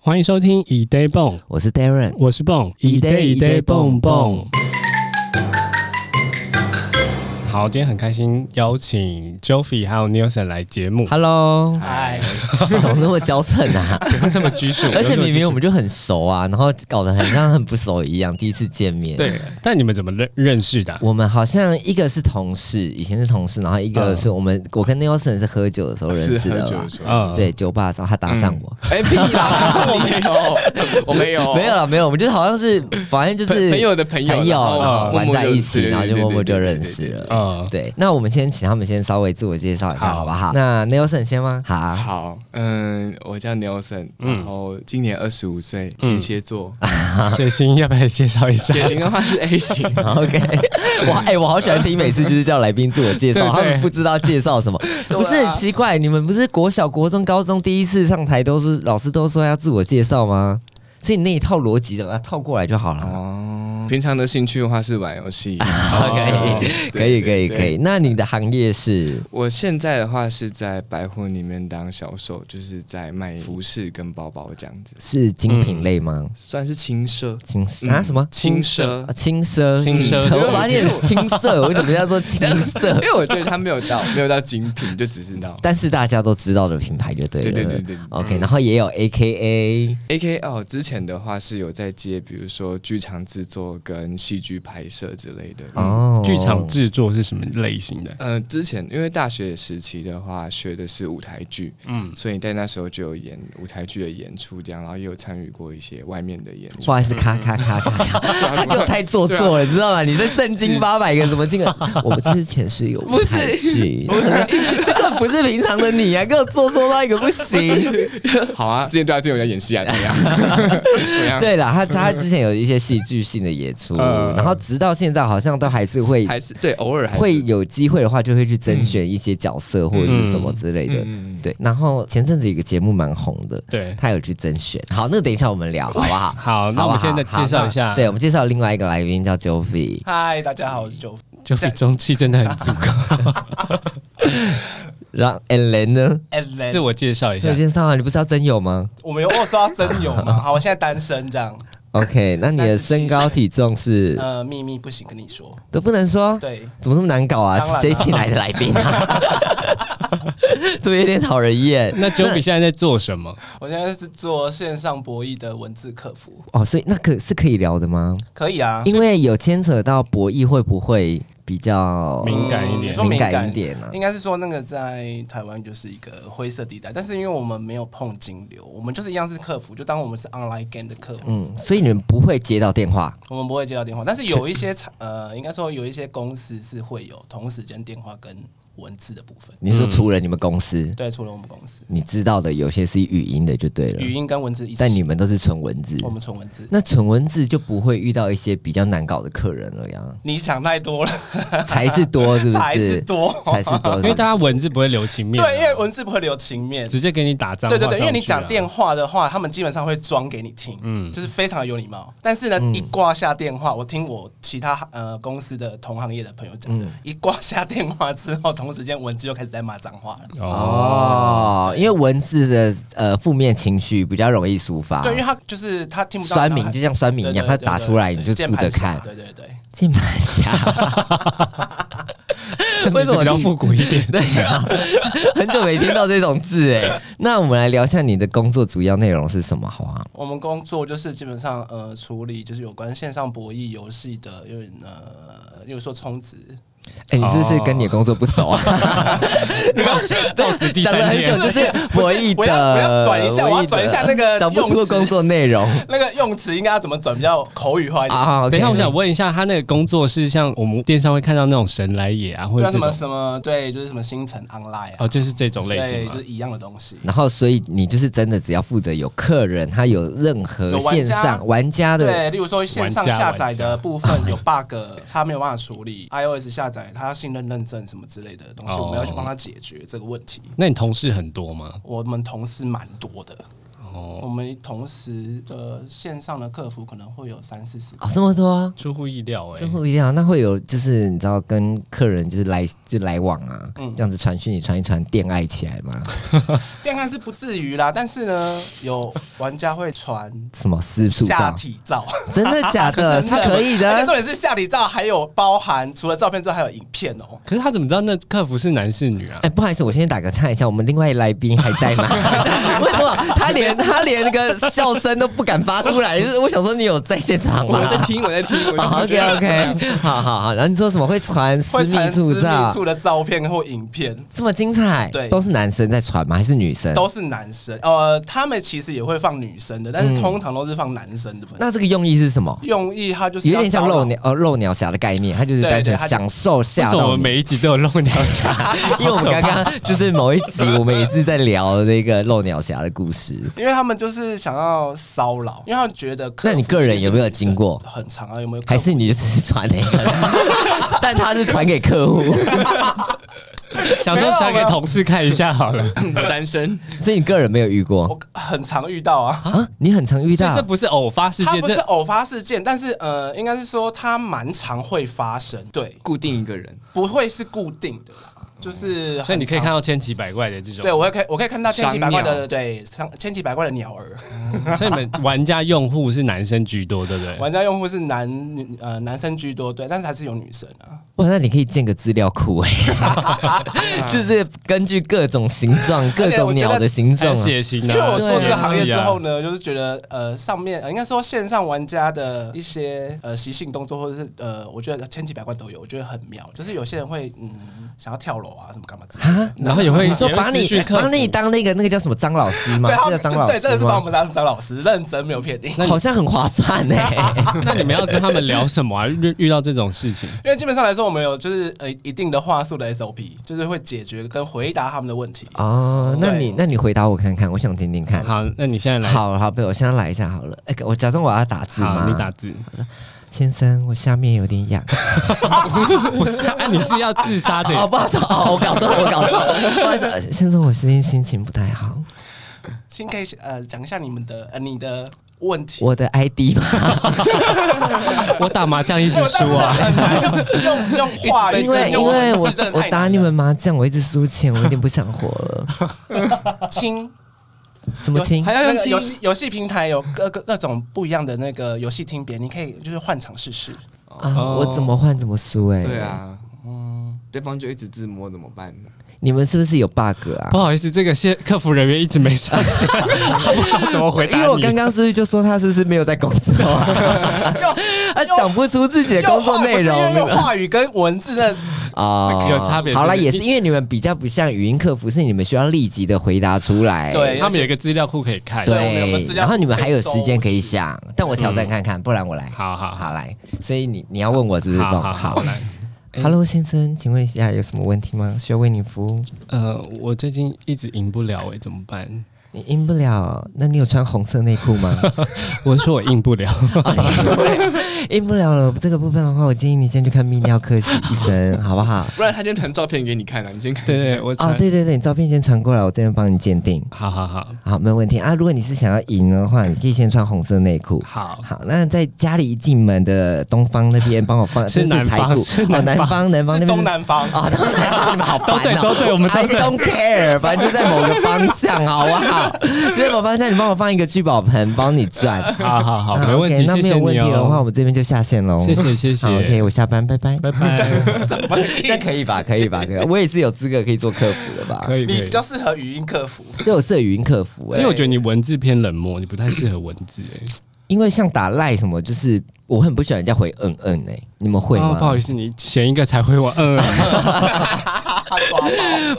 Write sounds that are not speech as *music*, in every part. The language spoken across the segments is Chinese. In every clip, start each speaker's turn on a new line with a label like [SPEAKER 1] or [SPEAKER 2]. [SPEAKER 1] 欢迎收听以 day 蹦，
[SPEAKER 2] 我是 Darren，
[SPEAKER 1] 我是蹦
[SPEAKER 2] 以 day 以 day 蹦蹦。
[SPEAKER 1] 好，今天很开心邀请 Joffy 还有 Nielsen 来节目。
[SPEAKER 2] Hello，
[SPEAKER 1] 嗨，
[SPEAKER 2] *laughs* 怎么那么娇嗔 *laughs* 啊？
[SPEAKER 1] 不用这么拘束，
[SPEAKER 2] 而
[SPEAKER 1] 不用
[SPEAKER 2] 且
[SPEAKER 1] 这么
[SPEAKER 2] 明
[SPEAKER 1] 拘
[SPEAKER 2] 明
[SPEAKER 1] 束
[SPEAKER 2] 我们就很熟啊，然后搞得很像很不熟一样，第一次见面。，
[SPEAKER 1] 对，但你们怎么认认识的啊？
[SPEAKER 2] 我们好像一个是同事，以前是同事，然后一个
[SPEAKER 1] 嗯
[SPEAKER 2] 是我们，我跟 Nelson 是喝酒的时候认识
[SPEAKER 3] 是喝
[SPEAKER 2] 的
[SPEAKER 3] 酒
[SPEAKER 2] 啦
[SPEAKER 3] 的。时候。
[SPEAKER 1] 嗯，
[SPEAKER 2] 对，酒吧的时候他搭上我，
[SPEAKER 3] 哎、
[SPEAKER 2] *laughs*
[SPEAKER 3] 屁啦，我没有，我没有，
[SPEAKER 2] 没有了，没有，我们就是好像是，反正就
[SPEAKER 3] 哦朋
[SPEAKER 2] 是
[SPEAKER 3] 朋友的朋友，
[SPEAKER 2] 朋
[SPEAKER 3] 然后
[SPEAKER 2] 友，然后
[SPEAKER 3] 默
[SPEAKER 2] 玩
[SPEAKER 3] 默
[SPEAKER 2] 在一起，
[SPEAKER 3] 认识
[SPEAKER 2] 然后就
[SPEAKER 3] 对对
[SPEAKER 2] 默默就
[SPEAKER 3] 对对
[SPEAKER 2] 认识
[SPEAKER 3] 对对对
[SPEAKER 2] 了。 *laughs*
[SPEAKER 1] 嗯，
[SPEAKER 2] 对，那我们先请他们先稍微自我介绍一下，
[SPEAKER 1] 好
[SPEAKER 2] 好不好？那 Nelson 先吗？好，
[SPEAKER 3] 好，嗯，我叫 Nelson，
[SPEAKER 1] 嗯
[SPEAKER 3] 然后今年二十五岁，
[SPEAKER 1] 嗯
[SPEAKER 3] 天蝎座，
[SPEAKER 2] 啊
[SPEAKER 1] 水星要不要介绍一
[SPEAKER 2] *laughs*
[SPEAKER 1] 下？
[SPEAKER 3] 血型的话是 A 型， *laughs*
[SPEAKER 2] OK，我哎、我好喜欢听，每次就是叫来宾自我
[SPEAKER 1] 对
[SPEAKER 2] 介
[SPEAKER 1] 对
[SPEAKER 2] 绍，他们不知道介绍什么，
[SPEAKER 3] *laughs* 对啊
[SPEAKER 2] 不是奇怪，你们不是国小、国中、高中第一次上台都是老师都说要自我介绍吗？所以你那一套逻辑的，把它套过来就好了。
[SPEAKER 3] 哦，平常的兴趣的话是玩游戏，
[SPEAKER 1] 哦
[SPEAKER 2] 嗯啊可以，可以，可。
[SPEAKER 3] 对对
[SPEAKER 2] 以。那你的行业是
[SPEAKER 3] 我现在的话是在百货里面当销售，就是在卖服饰跟包包这样子，
[SPEAKER 2] 是精品类吗？
[SPEAKER 3] 算是轻奢。
[SPEAKER 2] 轻、啊什么？
[SPEAKER 3] 嗯轻奢
[SPEAKER 2] 啊，？轻奢，
[SPEAKER 1] 轻奢
[SPEAKER 2] 我把你很青涩，我为什么叫做青涩
[SPEAKER 3] 因？为我觉得它没有到，没有到精品，就只是到
[SPEAKER 2] *laughs* 但是大家都知道的品牌就对了。
[SPEAKER 3] 对对对对对嗯
[SPEAKER 2] OK，然后也有 AKA，
[SPEAKER 3] A K L 之前的话是有在接，比如说剧场制作跟戏剧拍摄之类的。嗯
[SPEAKER 2] 哦，
[SPEAKER 1] 剧场制作是什么类型的？
[SPEAKER 3] 呃，之前因为大学时期的话，学的是舞台剧，
[SPEAKER 1] 嗯，
[SPEAKER 3] 所以在那时候就有演舞台剧的演出，这样，然后也有参与过一些外面的演
[SPEAKER 2] 不
[SPEAKER 3] 出。
[SPEAKER 2] 好意思，咔咔咔咔咔，
[SPEAKER 3] *laughs*
[SPEAKER 2] 他给我太做作了，你知道吗？你这正经八百个什么金额？我们之前是有
[SPEAKER 3] 不是
[SPEAKER 2] 不是， *laughs* 这个不是平常的你啊，给我做作到一个不行。
[SPEAKER 3] 好啊，之前对啊，之前有在演戏啊，怎
[SPEAKER 2] *laughs*
[SPEAKER 3] 么样？怎么样？
[SPEAKER 2] 对了，他他之前有一些戏剧性的演出，
[SPEAKER 1] 呃
[SPEAKER 2] 然后直到现在好像都还是会
[SPEAKER 3] 还是对，偶尔还是
[SPEAKER 2] 会有机会的话，就会去甄选一些角色或者是什么之类的。
[SPEAKER 3] 嗯，
[SPEAKER 2] 对，然后前阵子有一个节目蛮红的，
[SPEAKER 1] 对，
[SPEAKER 2] 他有去甄选。好，那等一下我们聊好不好？
[SPEAKER 1] 好， *laughs* 那
[SPEAKER 2] 好
[SPEAKER 1] 我们
[SPEAKER 2] 不好
[SPEAKER 1] 现在介绍一下，
[SPEAKER 2] 好那对，我们介绍另外一个来宾叫 Jovi。
[SPEAKER 4] 嗨，大家好，我是 Joe。
[SPEAKER 1] ，Joffy 中气真的很足
[SPEAKER 2] *laughs*
[SPEAKER 1] 够，
[SPEAKER 2] 让 Alan 呢？
[SPEAKER 4] And
[SPEAKER 1] 自
[SPEAKER 4] then
[SPEAKER 1] 我介绍一下
[SPEAKER 2] 这。件上啊，你不是要真有吗
[SPEAKER 4] 我们有我有说到真有
[SPEAKER 2] *laughs*
[SPEAKER 4] 吗？好，我现在单身这样。
[SPEAKER 2] ？OK，那你的身高体重是
[SPEAKER 4] 呃，秘密不行跟你说。
[SPEAKER 2] 都不能说，
[SPEAKER 4] 对，
[SPEAKER 2] 怎么那么难搞啊
[SPEAKER 4] 当然？啦
[SPEAKER 2] 谁请来的来宾啊？ *laughs* 怎么有点讨人厌？
[SPEAKER 1] 那 Joffy 现在在做什么？
[SPEAKER 4] 我现在是做线上博弈的文字客服，
[SPEAKER 2] 哦，所以那可是可以聊的吗？
[SPEAKER 4] 可以啊。
[SPEAKER 2] 因为有牵扯到博弈会不会比较
[SPEAKER 1] 敏感一
[SPEAKER 4] 你
[SPEAKER 1] 点
[SPEAKER 4] 说敏
[SPEAKER 2] 感
[SPEAKER 4] 感
[SPEAKER 2] 一点啊？
[SPEAKER 4] 应该是说那个在台湾就是一个灰色地带，但是因为我们没有碰金流，我们就是一样是客服，就当我们是 online game 的客服，
[SPEAKER 2] 嗯，所以你们不会接到电话
[SPEAKER 4] 我们不会接到电话。但是有一些厂呃，应该说有一些公司是会有同时间电话跟文字的部分。
[SPEAKER 2] 你说除了你们公司，
[SPEAKER 4] 对，除了我们公司，
[SPEAKER 2] 你知道的有些是语音的就对了
[SPEAKER 4] 语，音跟文字一起，
[SPEAKER 2] 但你们都是纯文字。
[SPEAKER 4] 我们纯文字。
[SPEAKER 2] 那纯文字就不会遇到一些比较难搞的客人了呀。
[SPEAKER 4] 你想太多了， *laughs*
[SPEAKER 2] 才是多，是不是？
[SPEAKER 4] 才是多。
[SPEAKER 2] 才是多，
[SPEAKER 1] 因为大家文字不会留情面啊，
[SPEAKER 4] 对，因为文字不会留情面。
[SPEAKER 1] 直接给你打脏话
[SPEAKER 4] 对对
[SPEAKER 1] 上去啊。
[SPEAKER 4] 对，因为你讲电话的话，他们基本上会装给你听，嗯，就是非常有礼貌。但是呢，
[SPEAKER 2] 嗯
[SPEAKER 4] 一挂下电话，我听我其他呃公司的同行业的朋友讲，
[SPEAKER 2] 嗯
[SPEAKER 4] 一挂下电话之后，同时间文字就开始在骂脏话了。
[SPEAKER 1] 哦，
[SPEAKER 2] 哦，因为文字的呃负面情绪比较容易抒发。
[SPEAKER 4] 对，因为他就是他听不到。
[SPEAKER 2] 啊酸民就像酸民一样，他
[SPEAKER 4] 对对对
[SPEAKER 2] 打出来
[SPEAKER 4] 对
[SPEAKER 2] 你就
[SPEAKER 4] 键
[SPEAKER 2] 负责
[SPEAKER 4] 盘侠
[SPEAKER 2] 看。
[SPEAKER 4] 对对对，
[SPEAKER 2] 键盘
[SPEAKER 1] *laughs*
[SPEAKER 2] 侠，为什么
[SPEAKER 1] 比较复古一
[SPEAKER 4] *laughs*
[SPEAKER 1] 点？
[SPEAKER 2] *laughs* 对啊，很久没听到这种字哎。那我们来聊一下你的工作主要内容是什么，好啊？
[SPEAKER 4] 我们工作就是基本上呃处理就是有关线上博弈游戏的，有点呃，例如说充值，
[SPEAKER 2] 哎，你是
[SPEAKER 1] 哦
[SPEAKER 2] 不是跟你的工作不熟啊？
[SPEAKER 1] 到此 *laughs* 第
[SPEAKER 2] 想了
[SPEAKER 1] 三
[SPEAKER 2] 很久，
[SPEAKER 1] 天，
[SPEAKER 2] 就是博弈
[SPEAKER 4] 我要我
[SPEAKER 2] 的，
[SPEAKER 4] 要转一下
[SPEAKER 2] 博弈
[SPEAKER 4] 我要转一下
[SPEAKER 2] 的
[SPEAKER 4] 那个
[SPEAKER 2] 找不出
[SPEAKER 4] 用词
[SPEAKER 2] 工作内
[SPEAKER 4] *laughs*
[SPEAKER 2] 容
[SPEAKER 4] 那个用词应该要怎么转比较口语化一点？
[SPEAKER 2] 啊。
[SPEAKER 1] 等一下，
[SPEAKER 2] OK
[SPEAKER 1] 我想问一下，他那个工作是像我们电商会看到那种神来也啊，或
[SPEAKER 4] 对
[SPEAKER 1] 者这
[SPEAKER 4] 啊，什么
[SPEAKER 1] 种
[SPEAKER 4] 什么对，就是什么星辰 online 啊，
[SPEAKER 1] 哦，就是这种类型
[SPEAKER 4] 对，
[SPEAKER 1] 吗
[SPEAKER 4] 就？是一样的东西。
[SPEAKER 2] 然后，所以你就是真的只要负责有客人，他有任何
[SPEAKER 4] 有玩
[SPEAKER 2] 线
[SPEAKER 4] 家
[SPEAKER 2] 上玩家的，
[SPEAKER 4] 对，例如说线上下载的部分有 bug，它没有办法处理；iOS 下载它信任认证什么之类的东西，
[SPEAKER 1] 哦
[SPEAKER 4] 我们要去帮他解决这个问题。
[SPEAKER 1] 那你同事很多吗？
[SPEAKER 4] 我们同事蛮多的，
[SPEAKER 1] 哦
[SPEAKER 4] 我们同时的线上的客服可能会有三四十个
[SPEAKER 2] 啊，这么多啊，
[SPEAKER 1] 出乎意料哎、
[SPEAKER 2] 生活一定啊，那会有就是你知道跟客人就是来就来往啊，这样子传讯你传一传，恋爱起来嘛？
[SPEAKER 4] 电看是不至于啦，但是呢，有玩家会
[SPEAKER 1] *laughs*
[SPEAKER 4] 传
[SPEAKER 2] 什么私处
[SPEAKER 4] 下
[SPEAKER 2] 照？
[SPEAKER 4] 体照，
[SPEAKER 2] 真的
[SPEAKER 4] *laughs*
[SPEAKER 2] 假的？是 *laughs* 可以
[SPEAKER 4] 而且重
[SPEAKER 2] 的。
[SPEAKER 4] 点是下体照还有包含除了照片之外还有影片哦、
[SPEAKER 1] 可是他怎么知道那客服是男是女啊
[SPEAKER 2] 哎、？不好意思，我先打个岔一下，我们另外来宾还在吗？为什 *laughs* 么他连他连那个笑声都不敢发出来？就是我想说，你有在现场吗
[SPEAKER 3] 我在听，我在听，我在听
[SPEAKER 2] *laughs* ？OK OK，好好好。然后你说什么会传私
[SPEAKER 4] 会
[SPEAKER 2] 密
[SPEAKER 4] 传私
[SPEAKER 2] 处嗯
[SPEAKER 4] 密
[SPEAKER 2] 照？
[SPEAKER 4] 处的照片或影片。
[SPEAKER 2] 这么精彩？
[SPEAKER 4] 对
[SPEAKER 2] 都是男生在传吗？还是女生？
[SPEAKER 4] 都是男生，呃，他们其实也会放女生的，但是通常都是放男生的。
[SPEAKER 2] 嗯那这个用意是什么？
[SPEAKER 4] 用意他就是
[SPEAKER 2] 有
[SPEAKER 4] 要
[SPEAKER 2] 点像
[SPEAKER 4] 骚扰
[SPEAKER 2] 漏鸟呃漏鸟侠的概念，他就是
[SPEAKER 4] 对
[SPEAKER 2] 单纯
[SPEAKER 4] 对他就
[SPEAKER 2] 享受
[SPEAKER 1] 为
[SPEAKER 2] 吓
[SPEAKER 4] 哎
[SPEAKER 1] 什么我
[SPEAKER 2] 到
[SPEAKER 1] 们
[SPEAKER 2] 你。
[SPEAKER 1] 每一集都有漏
[SPEAKER 4] *laughs*
[SPEAKER 1] 尿侠？
[SPEAKER 2] 因为我们刚刚就是某一集，我们也是在聊那个漏鸟侠的故事。
[SPEAKER 4] 因为他们就是想要骚扰，因为他们觉得客服
[SPEAKER 2] 那你个人有没有经过
[SPEAKER 4] 很长啊？有没有客
[SPEAKER 2] 还
[SPEAKER 4] 服？
[SPEAKER 2] 是你就是传那
[SPEAKER 4] *laughs*
[SPEAKER 2] 个，但他是传给客户，
[SPEAKER 1] 想说传给同事看一下好
[SPEAKER 4] *laughs*
[SPEAKER 1] 了。
[SPEAKER 3] 我单身，
[SPEAKER 2] 所以你个人没有遇过
[SPEAKER 4] 我很常遇到啊？
[SPEAKER 2] 啊？你很常遇
[SPEAKER 1] 所以
[SPEAKER 2] 到
[SPEAKER 1] 这不是偶发事
[SPEAKER 4] 他
[SPEAKER 1] 件，
[SPEAKER 4] 不是
[SPEAKER 1] 这
[SPEAKER 4] 偶发事件，但是呃，应该是说他蛮常会发生，对，
[SPEAKER 3] 固定一个人，
[SPEAKER 4] 不会是固定的啦，就是
[SPEAKER 1] 所以你可以看
[SPEAKER 4] 很常。
[SPEAKER 1] 到千奇百怪的这种。
[SPEAKER 4] 对，我会看，我可以看到千奇百怪
[SPEAKER 3] 赏
[SPEAKER 4] 的，
[SPEAKER 3] 鸟
[SPEAKER 4] 对，上千奇百怪的鸟儿。
[SPEAKER 1] 所以你们玩家用户是男生居多，对不对？
[SPEAKER 4] 玩家用户是男女，呃，男生居多，对，但是还是有女生啊。
[SPEAKER 2] 哇，那你可以建个资料库
[SPEAKER 4] *laughs*
[SPEAKER 2] 哎，就是根据各种形状、各种鸟的形
[SPEAKER 1] 还
[SPEAKER 2] 状
[SPEAKER 1] 有
[SPEAKER 2] 啊。
[SPEAKER 1] 血型啊，
[SPEAKER 4] 因为我做这个行业之后
[SPEAKER 1] 啊，
[SPEAKER 4] 呢，就是觉得呃，上面、呃、应该说线上玩家的一些呃习性动作，或者是呃，我觉得千奇百怪都有，我觉得很妙。就是有些人会嗯想要跳楼啊，什么干嘛之类的。
[SPEAKER 2] 啊
[SPEAKER 1] 然后也会
[SPEAKER 2] 你说把你
[SPEAKER 1] 也会私讯客服
[SPEAKER 2] 把你当那个那个叫什么张老师吗
[SPEAKER 4] 对，？他
[SPEAKER 2] 是
[SPEAKER 4] 们
[SPEAKER 2] 叫张老
[SPEAKER 4] 对，真的
[SPEAKER 2] 师
[SPEAKER 4] 是把我
[SPEAKER 2] 吗？
[SPEAKER 4] 们当成张老师，认真没有骗你。 *laughs*
[SPEAKER 2] 好像很划算哎。
[SPEAKER 1] *laughs* 那你们要跟他们聊什么啊？遇遇到这种事情，
[SPEAKER 4] 因为基本上来说，我们有就是呃一定的话术的 SOP，就是会解决跟回答他们的问题。
[SPEAKER 2] 哦，那
[SPEAKER 4] 对
[SPEAKER 2] 你那你回答我看看，我想听听看。
[SPEAKER 1] 好，那你现在来，
[SPEAKER 2] 好好，贝，我现在来一下好了。哎、我假装我要打字
[SPEAKER 1] 好
[SPEAKER 2] 吗？
[SPEAKER 1] 你打字，
[SPEAKER 2] 先生，我下面有点痒。
[SPEAKER 1] *laughs* 不是啊？你是要自杀的？
[SPEAKER 2] *laughs* 哦，不好意思，哦，我搞错，我搞错。不好意思，呃先生，我最近心情不太好。
[SPEAKER 4] 先可以呃讲一下你们的呃你的问题。
[SPEAKER 2] 我的 ID 吧，
[SPEAKER 1] 我打麻将一直输啊。
[SPEAKER 4] 很难用用用话语，
[SPEAKER 2] 因为因
[SPEAKER 4] 用文
[SPEAKER 2] 为
[SPEAKER 4] 字
[SPEAKER 2] 我
[SPEAKER 4] 真的
[SPEAKER 2] 我
[SPEAKER 4] 太难
[SPEAKER 2] 打
[SPEAKER 4] 了
[SPEAKER 2] 你们麻将，我一直输钱，我有点不想活了。
[SPEAKER 4] 亲。
[SPEAKER 2] 什么亲
[SPEAKER 3] 还？要
[SPEAKER 4] 那
[SPEAKER 3] 用
[SPEAKER 4] 个
[SPEAKER 3] 亲
[SPEAKER 4] 游戏游戏平台有各各各种不一样的那个游戏厅别，你可以就是换场试试。
[SPEAKER 2] 啊，我怎么换怎么输哎、
[SPEAKER 3] 对，啊，
[SPEAKER 2] 哦
[SPEAKER 3] 嗯，对方就一直自摸怎么办呢？
[SPEAKER 2] 你们是不是有 bug
[SPEAKER 1] *laughs*
[SPEAKER 2] 啊
[SPEAKER 1] 不？好意思，这个现客服人员一直没上线，我不知道怎么回答
[SPEAKER 2] 因
[SPEAKER 1] 你。
[SPEAKER 2] 为我刚刚是不是就说他是不是没有在工作啊？ *laughs* 他讲不出自己的工作内容
[SPEAKER 4] 用话不是因为用话语跟文字的
[SPEAKER 2] 哦，
[SPEAKER 1] 有差别是
[SPEAKER 2] 好了，
[SPEAKER 1] 你
[SPEAKER 2] 也是因为你们比较不像语音客服，是你们需要立即的回答出来。
[SPEAKER 4] 对
[SPEAKER 1] 他们有一个资料库可以看。
[SPEAKER 4] 对我们有个
[SPEAKER 2] 对
[SPEAKER 4] 资，料
[SPEAKER 2] 然后你们还有时间可
[SPEAKER 4] 可
[SPEAKER 2] 以
[SPEAKER 4] 以
[SPEAKER 2] 想，但我挑战看看，不然我来。
[SPEAKER 1] 好好好
[SPEAKER 2] 好来，所以你你要问我是不是？
[SPEAKER 1] 好好
[SPEAKER 2] 好
[SPEAKER 1] 好，来。
[SPEAKER 2] ，Hello 先生，请问一下有什么问题吗？需要为你服务？
[SPEAKER 1] 呃，我最近一直赢不了哎、怎么办？
[SPEAKER 2] 你赢不了，那你有穿红色内裤吗？ *laughs*
[SPEAKER 1] 我说我赢不了， *laughs*
[SPEAKER 2] 赢不了了，这个部分的话，我建议你先去看泌尿科医生，好不好？
[SPEAKER 3] 不然他先传照片给你看啊，你先看。
[SPEAKER 1] 对对，我传、
[SPEAKER 2] 哦，对对对，你照片先传过来，我这边帮你鉴定。
[SPEAKER 1] 好好好
[SPEAKER 2] 好，没有问题啊。如果你是想要赢的话，你可以先穿红色内裤。
[SPEAKER 1] 好，
[SPEAKER 2] 好，那在家里一进门的东方那边帮我放，
[SPEAKER 1] *laughs* 是
[SPEAKER 2] 这
[SPEAKER 1] 南
[SPEAKER 2] 财
[SPEAKER 1] 方
[SPEAKER 2] 库
[SPEAKER 1] 是
[SPEAKER 2] 哦，南
[SPEAKER 1] 南
[SPEAKER 2] 方南方那
[SPEAKER 4] 是
[SPEAKER 2] 边
[SPEAKER 4] 东南方，
[SPEAKER 2] 啊，东南方你们好
[SPEAKER 1] 都对
[SPEAKER 2] 烦哦。
[SPEAKER 1] 都对，我们都
[SPEAKER 2] I
[SPEAKER 1] 对。
[SPEAKER 2] don't care，反正就在某个方向，好不好？
[SPEAKER 1] *laughs*
[SPEAKER 2] 就在某方向，你帮我放一个聚宝盆，帮你转。啊
[SPEAKER 1] 好好好，没
[SPEAKER 2] OK，
[SPEAKER 1] 问题，
[SPEAKER 2] 那
[SPEAKER 1] 谢
[SPEAKER 2] 没
[SPEAKER 1] 谢
[SPEAKER 2] 有问
[SPEAKER 1] 你
[SPEAKER 2] 题的话，我
[SPEAKER 1] 哦，
[SPEAKER 2] 们这边就下线喽。
[SPEAKER 1] 谢谢谢谢
[SPEAKER 2] 好，OK，我下班，拜
[SPEAKER 1] *laughs*
[SPEAKER 2] 拜。
[SPEAKER 1] 拜拜，
[SPEAKER 2] 那可以吧？可以吧？可以吧，我也是有资格可以做客服的吧？
[SPEAKER 1] 可以可
[SPEAKER 4] 你
[SPEAKER 1] 以
[SPEAKER 4] 比。较适合语音客服。
[SPEAKER 2] 对，我是语音客服
[SPEAKER 1] 因
[SPEAKER 2] 哎、
[SPEAKER 1] 为我觉得你文字偏冷漠，你不太适合文字哎、
[SPEAKER 2] 因为像打赖什么，就是我很不喜欢人家回嗯嗯哎、你们会吗？
[SPEAKER 1] 哦不好意思，你前一个才回我嗯，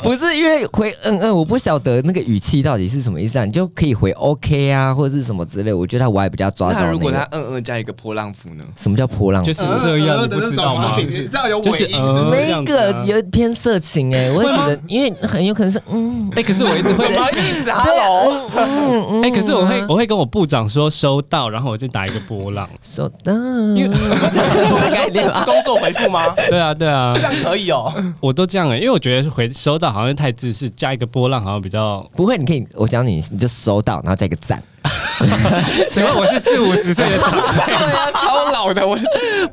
[SPEAKER 2] 不是因为回嗯嗯，我不晓得那个语气到底是什么意思啊，你就可以
[SPEAKER 1] *laughs*
[SPEAKER 2] 回 OK 啊，或者是什么之类。我觉得我还比较抓啊到、那
[SPEAKER 3] 那
[SPEAKER 2] 个、
[SPEAKER 3] 如果他嗯嗯加一个波浪符呢？
[SPEAKER 2] 什么叫波浪
[SPEAKER 1] 就
[SPEAKER 2] 符？
[SPEAKER 1] 是这
[SPEAKER 4] *laughs*
[SPEAKER 1] 样，你不知道吗？
[SPEAKER 4] 你知道有
[SPEAKER 1] 就
[SPEAKER 4] 尾
[SPEAKER 1] 是
[SPEAKER 4] 音是不
[SPEAKER 1] 嗯
[SPEAKER 4] 是？
[SPEAKER 1] 这样
[SPEAKER 2] 那
[SPEAKER 1] 子啊
[SPEAKER 2] 个有偏色情哎、我会觉得，因为很有可能是嗯
[SPEAKER 1] 哎、可是我一直会
[SPEAKER 4] 什 *laughs* 么意思啊？
[SPEAKER 2] 对啊
[SPEAKER 4] Hello，
[SPEAKER 1] *laughs*
[SPEAKER 2] 嗯嗯嗯，
[SPEAKER 1] 哎、可是我会我会跟我部长说收到，然后我就打一个波浪。
[SPEAKER 2] 手当，
[SPEAKER 1] 因为
[SPEAKER 2] 什么概念
[SPEAKER 4] 这是
[SPEAKER 2] 啊？
[SPEAKER 4] 工作回复吗？
[SPEAKER 1] 对啊对啊
[SPEAKER 4] 这，样可以哦。
[SPEAKER 2] *laughs*
[SPEAKER 1] 我都这样哎、因为我觉得回收到好像太自私，加一个波浪好像比 *laughs* 较。
[SPEAKER 2] 不会，你可以，我教你，你就收到，然后再一个
[SPEAKER 1] *laughs*
[SPEAKER 2] 赞。
[SPEAKER 1] 请问我是四五十 *laughs* 岁的长辈，
[SPEAKER 3] 对啊，超老的我。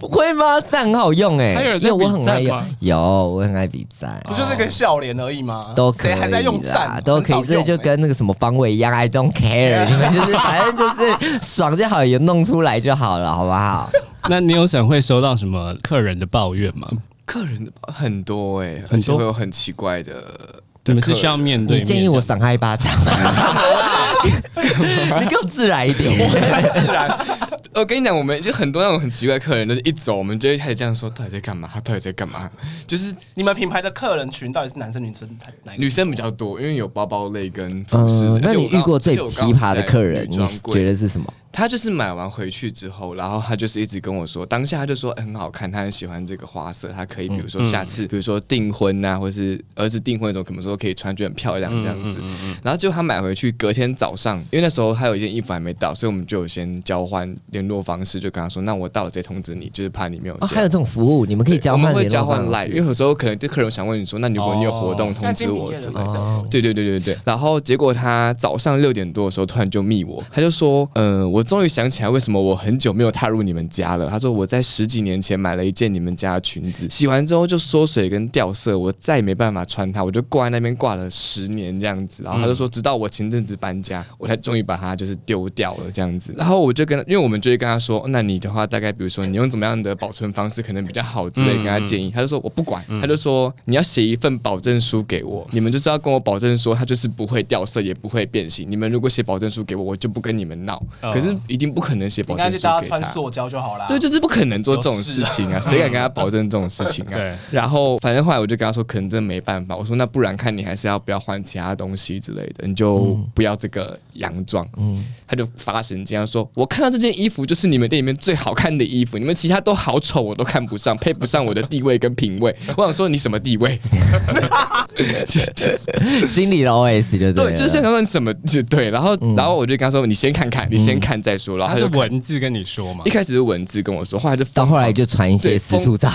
[SPEAKER 2] 不会吗？赞很好用哎、
[SPEAKER 1] 还有人
[SPEAKER 2] 因
[SPEAKER 1] 在
[SPEAKER 2] 为我很
[SPEAKER 1] 比
[SPEAKER 2] 爱
[SPEAKER 1] 赞
[SPEAKER 2] 用
[SPEAKER 1] 吗，
[SPEAKER 2] 有我很爱比赞，
[SPEAKER 4] 不就是个笑脸而已
[SPEAKER 3] 啊
[SPEAKER 4] 吗？
[SPEAKER 2] 都可以
[SPEAKER 4] 谁还在用
[SPEAKER 2] 啦
[SPEAKER 4] 赞？
[SPEAKER 2] 都可以，
[SPEAKER 4] 很少
[SPEAKER 2] 这
[SPEAKER 4] 用
[SPEAKER 2] 就
[SPEAKER 4] 欸
[SPEAKER 2] 跟那个什么方位一样，I don't care，你们就是反正就是爽就好，有弄出来就好了，好不好？
[SPEAKER 1] 那 n e l s o n 会收到什么客人的抱怨吗？
[SPEAKER 3] 客人很多哎、
[SPEAKER 1] 很
[SPEAKER 3] 欸，
[SPEAKER 1] 多
[SPEAKER 3] 而且会有很奇怪的。
[SPEAKER 1] 你们是需要面对
[SPEAKER 2] 你
[SPEAKER 1] 面
[SPEAKER 2] 建议我
[SPEAKER 1] 这样
[SPEAKER 2] 赏他一巴掌吗， *laughs* 你给我自然一
[SPEAKER 3] *laughs*
[SPEAKER 2] 点。
[SPEAKER 3] 哦我跟你讲，我们就很多那种很奇怪的客人，就是一走我们就会开始这样说，到底在干嘛？他到底在干嘛？就是
[SPEAKER 4] 你们品牌的客人群到底是男生女生哪一个？
[SPEAKER 3] 女生比较多，因为有包包类跟服饰类。
[SPEAKER 2] 嗯，那
[SPEAKER 3] 而且
[SPEAKER 2] 你
[SPEAKER 3] 我刚
[SPEAKER 2] 遇过最奇葩的客人，
[SPEAKER 3] 而且
[SPEAKER 2] 你
[SPEAKER 3] 我刚好在女
[SPEAKER 2] 是
[SPEAKER 3] 专柜
[SPEAKER 2] 觉得是什么？
[SPEAKER 3] 他就是买完回去之后，然后他就是一直跟我说，当下他就说、哎很好看，他很喜欢这个花色，他可以比如说下次，比如说订婚啊，或是儿子订婚的时候，可能说可以穿就很漂亮这样子。然后结果他买回去，隔天早上，因为那时候他有一件衣服还没到，所以我们就有先交换联络方式，就跟他说，那我到了再通知你，就是怕你没有
[SPEAKER 2] 哦，
[SPEAKER 3] 见。
[SPEAKER 2] 还有这种服务，你们可以交
[SPEAKER 3] 我们
[SPEAKER 2] 换
[SPEAKER 3] 会
[SPEAKER 2] 联
[SPEAKER 3] 交
[SPEAKER 2] 络
[SPEAKER 3] 换
[SPEAKER 2] 方
[SPEAKER 3] line，因为
[SPEAKER 2] 式。
[SPEAKER 3] 有时候可能就客人想问你说，哦那如果你有活动通
[SPEAKER 4] 像
[SPEAKER 3] 知
[SPEAKER 4] 精品
[SPEAKER 3] 我
[SPEAKER 4] 业
[SPEAKER 3] 之
[SPEAKER 4] 的
[SPEAKER 3] 类的
[SPEAKER 4] 女生，
[SPEAKER 3] 哦对对对对对，然后结果他早上六点多的时候突然就密我，他就说，呃，我终于想起来为什么我很久没有踏入你们家了。他说我在十几年前买了一件你们家的裙子，洗完之后就缩水跟掉色，我再也没办法穿它，我就挂在那边挂了十年这样子。然后他就说，直到我前阵子搬家，我才终于把它就是丢掉了这样子。然后我就跟他，因为我们就会跟他说，哦那你的话大概比如说你用怎么样的保存方式可能比较好之类，
[SPEAKER 4] 嗯
[SPEAKER 3] 跟他建议。他就说我不管，他就说你要写一份保证书给我，你们就是要跟我保证说它就是不会掉色，也不会变形。你们如果写保证书给我，我就不跟你们闹。
[SPEAKER 1] 哦
[SPEAKER 3] 可是一定不可能写
[SPEAKER 4] 应
[SPEAKER 3] 保
[SPEAKER 4] 该
[SPEAKER 3] 证
[SPEAKER 4] 就
[SPEAKER 3] 书
[SPEAKER 4] 叫他
[SPEAKER 3] 给
[SPEAKER 4] 穿
[SPEAKER 3] 他。
[SPEAKER 4] 塑胶就好啦。
[SPEAKER 3] 对，就是不可能做这种
[SPEAKER 4] 啊有事
[SPEAKER 3] 事
[SPEAKER 4] 啊
[SPEAKER 3] 情啊！谁敢跟他保证这种事情啊？
[SPEAKER 1] 对
[SPEAKER 3] 然后反正后来我就跟他说，可能真的没办法。我说那不然看你还是要不要换其他东西之类的，你就不要这个洋装。嗯，他就发神经，他说我看到这件衣服就是你们店里面最好看的衣服，你们其他都好丑，我都看不上， *laughs* 配不上我的地位跟品味。我想说你什么地位？就就是
[SPEAKER 2] 心里的 OS 就
[SPEAKER 3] 对，就是
[SPEAKER 2] 了
[SPEAKER 3] 他们什么对。然后然后我就跟他说，你先看看，你先看再
[SPEAKER 2] 哦
[SPEAKER 3] 说。然后
[SPEAKER 1] 他
[SPEAKER 3] 他
[SPEAKER 1] 是
[SPEAKER 3] 就看。
[SPEAKER 1] 文字跟你说
[SPEAKER 2] *laughs*
[SPEAKER 1] 嘛
[SPEAKER 3] 一？开始是文字跟我说，后来就
[SPEAKER 2] 到
[SPEAKER 3] 疯 *laughs*
[SPEAKER 2] 后来
[SPEAKER 3] 狂
[SPEAKER 2] 就传一些
[SPEAKER 3] 对
[SPEAKER 2] 私处
[SPEAKER 3] *laughs*
[SPEAKER 2] 照，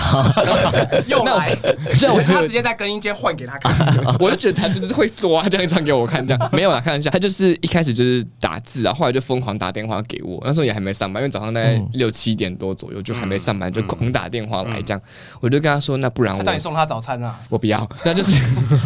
[SPEAKER 4] 又来， *laughs*
[SPEAKER 3] 那啊我
[SPEAKER 4] 他直接在更衣间换给他看。
[SPEAKER 3] *laughs* 我就觉得他就是会说啊，这样传给我看，这
[SPEAKER 4] *laughs*
[SPEAKER 3] 样没有啦，开玩笑。他就是一开始就是打字啊，后来就疯狂打电话给我。那时候也还没上班，因为早上大概
[SPEAKER 4] 嗯
[SPEAKER 3] 六七点多左右就还没上班，就狂打电话来这样。我就跟他说，那不然
[SPEAKER 4] 他叫你
[SPEAKER 3] 我
[SPEAKER 4] 送他早餐啊？
[SPEAKER 3] 我不要，那就是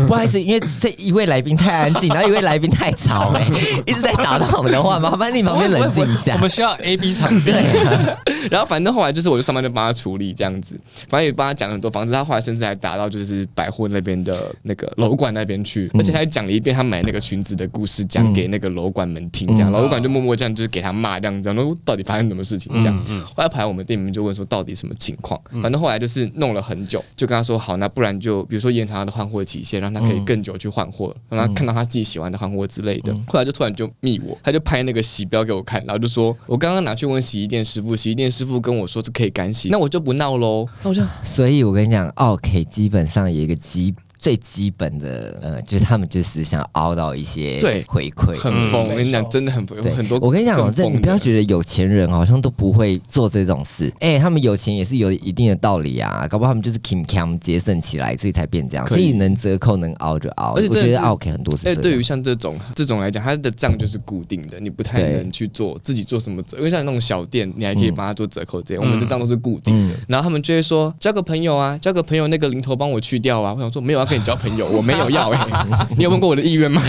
[SPEAKER 2] 不好意思，因为这一位来宾太安静，然后一位来宾太吵、
[SPEAKER 3] *laughs*
[SPEAKER 2] 哎，一直在打断我们的话，麻烦你旁边冷静一下
[SPEAKER 1] 我。们需要 A B 场
[SPEAKER 2] *laughs* 对、
[SPEAKER 1] 地。
[SPEAKER 3] *laughs* 然后反正后来就是我就上班就帮他处理这样子，反正也帮他讲了很多房子。他后来甚至还打到就是百货那边的那个楼管那边去，
[SPEAKER 2] 嗯
[SPEAKER 3] 而且他还讲了一遍他买那个裙子的故事，讲给那个楼管们听，这样楼管就默默这样就是给他骂这样子，然后到底发生什么事情这样。
[SPEAKER 2] 嗯
[SPEAKER 3] 后来跑来我们店里面就问说到底什么情况，反正后来就是弄了很久，就跟他说好，那不然就比如说延长他的换货期限，让他可以更久去换货，
[SPEAKER 2] 嗯
[SPEAKER 3] 让他看到他自己喜欢的换货之类的。后来就突然就密我，他就拍那个洗标给我看，然后就说我刚刚拿去问洗衣店师
[SPEAKER 2] 嗯
[SPEAKER 3] 傅，洗衣店师傅跟我说是可以干洗，那我就不闹喽。那我就
[SPEAKER 2] *laughs* 所以我跟你讲，OK，基本上有一个基最基本的，呃，就是他们就是想凹到一些
[SPEAKER 3] 对
[SPEAKER 2] 回馈，
[SPEAKER 3] 很疯，我跟你讲，真的很疯，
[SPEAKER 2] 嗯
[SPEAKER 3] 有
[SPEAKER 2] 对
[SPEAKER 3] 很多。
[SPEAKER 2] 我跟你讲哦，这你不要
[SPEAKER 3] 得。
[SPEAKER 2] 觉得有钱人好像都不会做这种事。哎、他们有钱也是有一定的道理啊，搞不好他们就是 Kim Kim 节省起来，所以才变这样。
[SPEAKER 3] 可
[SPEAKER 2] 所
[SPEAKER 3] 以
[SPEAKER 2] 以能折扣能熬就熬，
[SPEAKER 3] 而且
[SPEAKER 2] 我
[SPEAKER 3] 真的
[SPEAKER 2] 觉得
[SPEAKER 3] 是
[SPEAKER 2] OK 很多是
[SPEAKER 3] 哎，
[SPEAKER 2] 这
[SPEAKER 3] 对于
[SPEAKER 2] 样。
[SPEAKER 3] 像这种这种来讲，它的账就是固定的，你不太
[SPEAKER 2] 对嗯
[SPEAKER 3] 能去做自己做什么折，因为像那种小店，你还可以帮他做折扣这些，我们的账都是固定的。然后他们就会说交个朋友啊，交个朋友那个零头帮我去掉啊。我想说没有要跟你交朋友，我没有要 *laughs* 哎，你有问过我的意愿吗？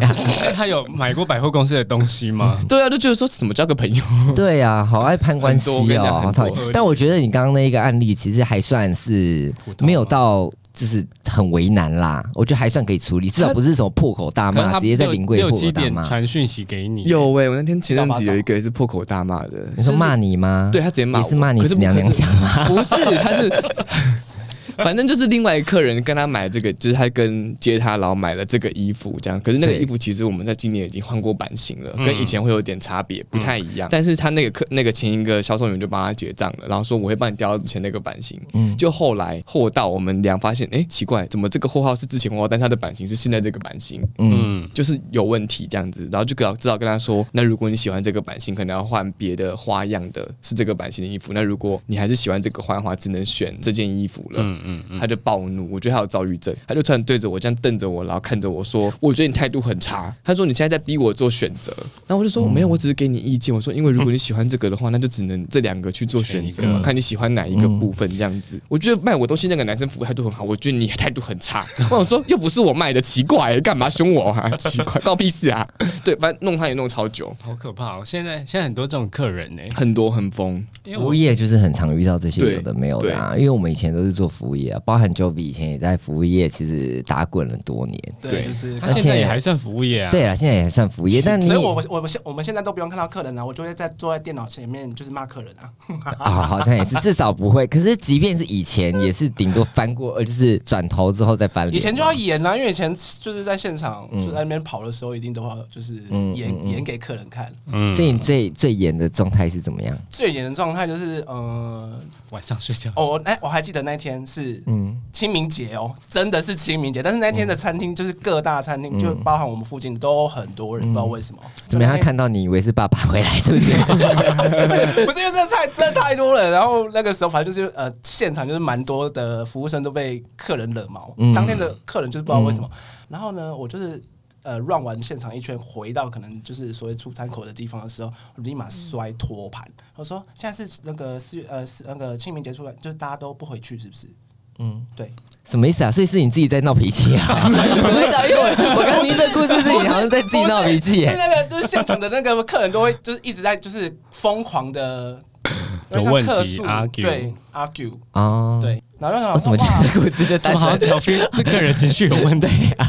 [SPEAKER 1] 那他有买过百货公司的东西
[SPEAKER 2] *laughs*
[SPEAKER 1] 吗？
[SPEAKER 3] 对啊，就觉得说怎么交个朋友？
[SPEAKER 2] 对呀、啊，好爱攀关系
[SPEAKER 3] 很多我跟你
[SPEAKER 2] 哦
[SPEAKER 3] 讲，
[SPEAKER 2] 好
[SPEAKER 3] 很多
[SPEAKER 2] 讨厌
[SPEAKER 1] 合理。
[SPEAKER 2] 但我觉得你刚刚那一个案例其实还算是没有到。就是很为难啦，我觉得还算可以处理，至少不是什么破口大
[SPEAKER 1] 可能
[SPEAKER 2] 骂，
[SPEAKER 1] 他
[SPEAKER 2] 直接在
[SPEAKER 1] 六
[SPEAKER 2] 临柜
[SPEAKER 1] 六
[SPEAKER 2] 破
[SPEAKER 1] 七
[SPEAKER 2] 口大
[SPEAKER 1] 点
[SPEAKER 2] 骂。
[SPEAKER 1] 传讯息给你，
[SPEAKER 3] 有哎，我那天前阵
[SPEAKER 4] 早八
[SPEAKER 3] 子
[SPEAKER 4] 早
[SPEAKER 3] 有一个也是破口大骂的，
[SPEAKER 2] 你说骂你吗？
[SPEAKER 3] 对他直接骂我，
[SPEAKER 2] 也是骂你
[SPEAKER 3] 可是
[SPEAKER 2] 死娘娘腔
[SPEAKER 3] 吗？ *laughs* 不是，他是。反正就是另外一个客人跟他买这个，就是他跟接他，然后买了这个衣服这样。可是那个
[SPEAKER 2] 对
[SPEAKER 3] 衣服其实我们在今年已经换过版型了，
[SPEAKER 1] 嗯
[SPEAKER 3] 跟以前会有点差别，不太一样。但是他那个客那个前一个销售员就帮他结账了，然后说我会帮你调到之前那个版型。
[SPEAKER 2] 嗯
[SPEAKER 3] 就后来货到我们俩发现，哎、奇怪，怎么这个货号是之前货号，但是它的版型是现在这个版型。
[SPEAKER 2] 嗯，
[SPEAKER 1] 嗯，
[SPEAKER 3] 就是有问题这样子，然后就跟知道跟他说，那如果你喜欢这个版型，可能要换别的花样的，是这个版型的衣服。那如果你还是喜欢这个花样的话，只能选这件衣服了。嗯嗯，他就暴怒，我觉得他有躁郁症，他就突然对着我这样瞪着我，然后看着我说，我觉得你态度很差。他说你现在在逼我做选择，然后我
[SPEAKER 1] 嗯
[SPEAKER 3] 就说没有，我只是给你意见。我说因为如果你喜欢这个的话，那就只能这两个去做选择
[SPEAKER 1] 选一
[SPEAKER 3] 嘛，
[SPEAKER 1] 个嗯
[SPEAKER 3] 看你喜欢哪一个部分这样子。我觉得卖我东西那个男生服务态度很好，我觉得你态度很差。我想说又不是我卖的，奇怪，干嘛凶我啊？奇怪，关我屁事啊！对，反正弄他也弄超久，
[SPEAKER 1] 好可怕、哦！现在现在很多这种客人呢、
[SPEAKER 3] 很多很疯。
[SPEAKER 1] 因为
[SPEAKER 2] 服务
[SPEAKER 1] 我
[SPEAKER 2] 业就是很常遇到这些有的没有的啊，因为我们以前都是做服务业啊，包含 Jovi 以前也在服务业，其实打滚了多年。
[SPEAKER 4] 对，
[SPEAKER 3] 对
[SPEAKER 4] 就是
[SPEAKER 1] 他现在也还算服务业啊，
[SPEAKER 2] 对了，现在也算服务业，但你
[SPEAKER 4] 所以我，我我们现我们现在都不用看到客人了、啊我就会在坐在电脑前面，就是骂客人啊。
[SPEAKER 2] *laughs* 啊、好像也是，至少不会。可是即便是以前，也是顶多翻过，呃，就是转头之后再翻脸。
[SPEAKER 4] 以前就要演啊，因为以前就是在现场，
[SPEAKER 3] 嗯
[SPEAKER 4] 就在那边跑的时候，一定都要就是演、演给客人看。
[SPEAKER 1] 嗯
[SPEAKER 2] 所以你最最严的状态是怎么样？
[SPEAKER 4] 最演的状态就是，呃，
[SPEAKER 1] 晚上睡觉
[SPEAKER 4] 哦，我哎，我还记得那天是
[SPEAKER 2] 嗯，
[SPEAKER 4] 清明节哦，真的是清明节。但是那天的餐厅就是各大餐厅，就包含我们附近都很多人，不知道为什么。
[SPEAKER 2] 嗯怎么样？他看到你以为是爸爸回来，是不是？
[SPEAKER 4] *laughs* 不是因为这菜真的太多了，然后那个时候反正就是呃，现场就是蛮多的服务生都被客人惹毛，
[SPEAKER 2] 嗯
[SPEAKER 4] 当天的客人就是不知道为什么。然后呢，我就是呃乱完现场一圈，回到可能就是所谓出餐口的地方的时候，我立马摔托盘，我说现在是那个四月呃是那个清明节出来，就是大家都不回去是不是？嗯，对，
[SPEAKER 2] 什么意思啊？所以是你自己在闹脾气啊？什么意思啊？ *laughs* 因为我我刚听这 *laughs* 故事是你好像在自己闹脾气
[SPEAKER 4] 是
[SPEAKER 2] 耶。
[SPEAKER 4] 那个就是现场的那个客人都会就是一直在就是疯狂
[SPEAKER 1] *laughs*
[SPEAKER 4] 的。
[SPEAKER 1] 有问题
[SPEAKER 4] 客诉
[SPEAKER 1] argue 嗯
[SPEAKER 4] 对 argue
[SPEAKER 2] 哦，
[SPEAKER 4] 对，然后就想
[SPEAKER 2] 我怎么
[SPEAKER 4] 说
[SPEAKER 2] 讲
[SPEAKER 4] 哇
[SPEAKER 2] 故事就
[SPEAKER 1] 怎
[SPEAKER 2] 单
[SPEAKER 1] 么好像
[SPEAKER 2] 纯？
[SPEAKER 1] 小飞
[SPEAKER 2] *laughs*
[SPEAKER 1] 这个人情绪有问题啊？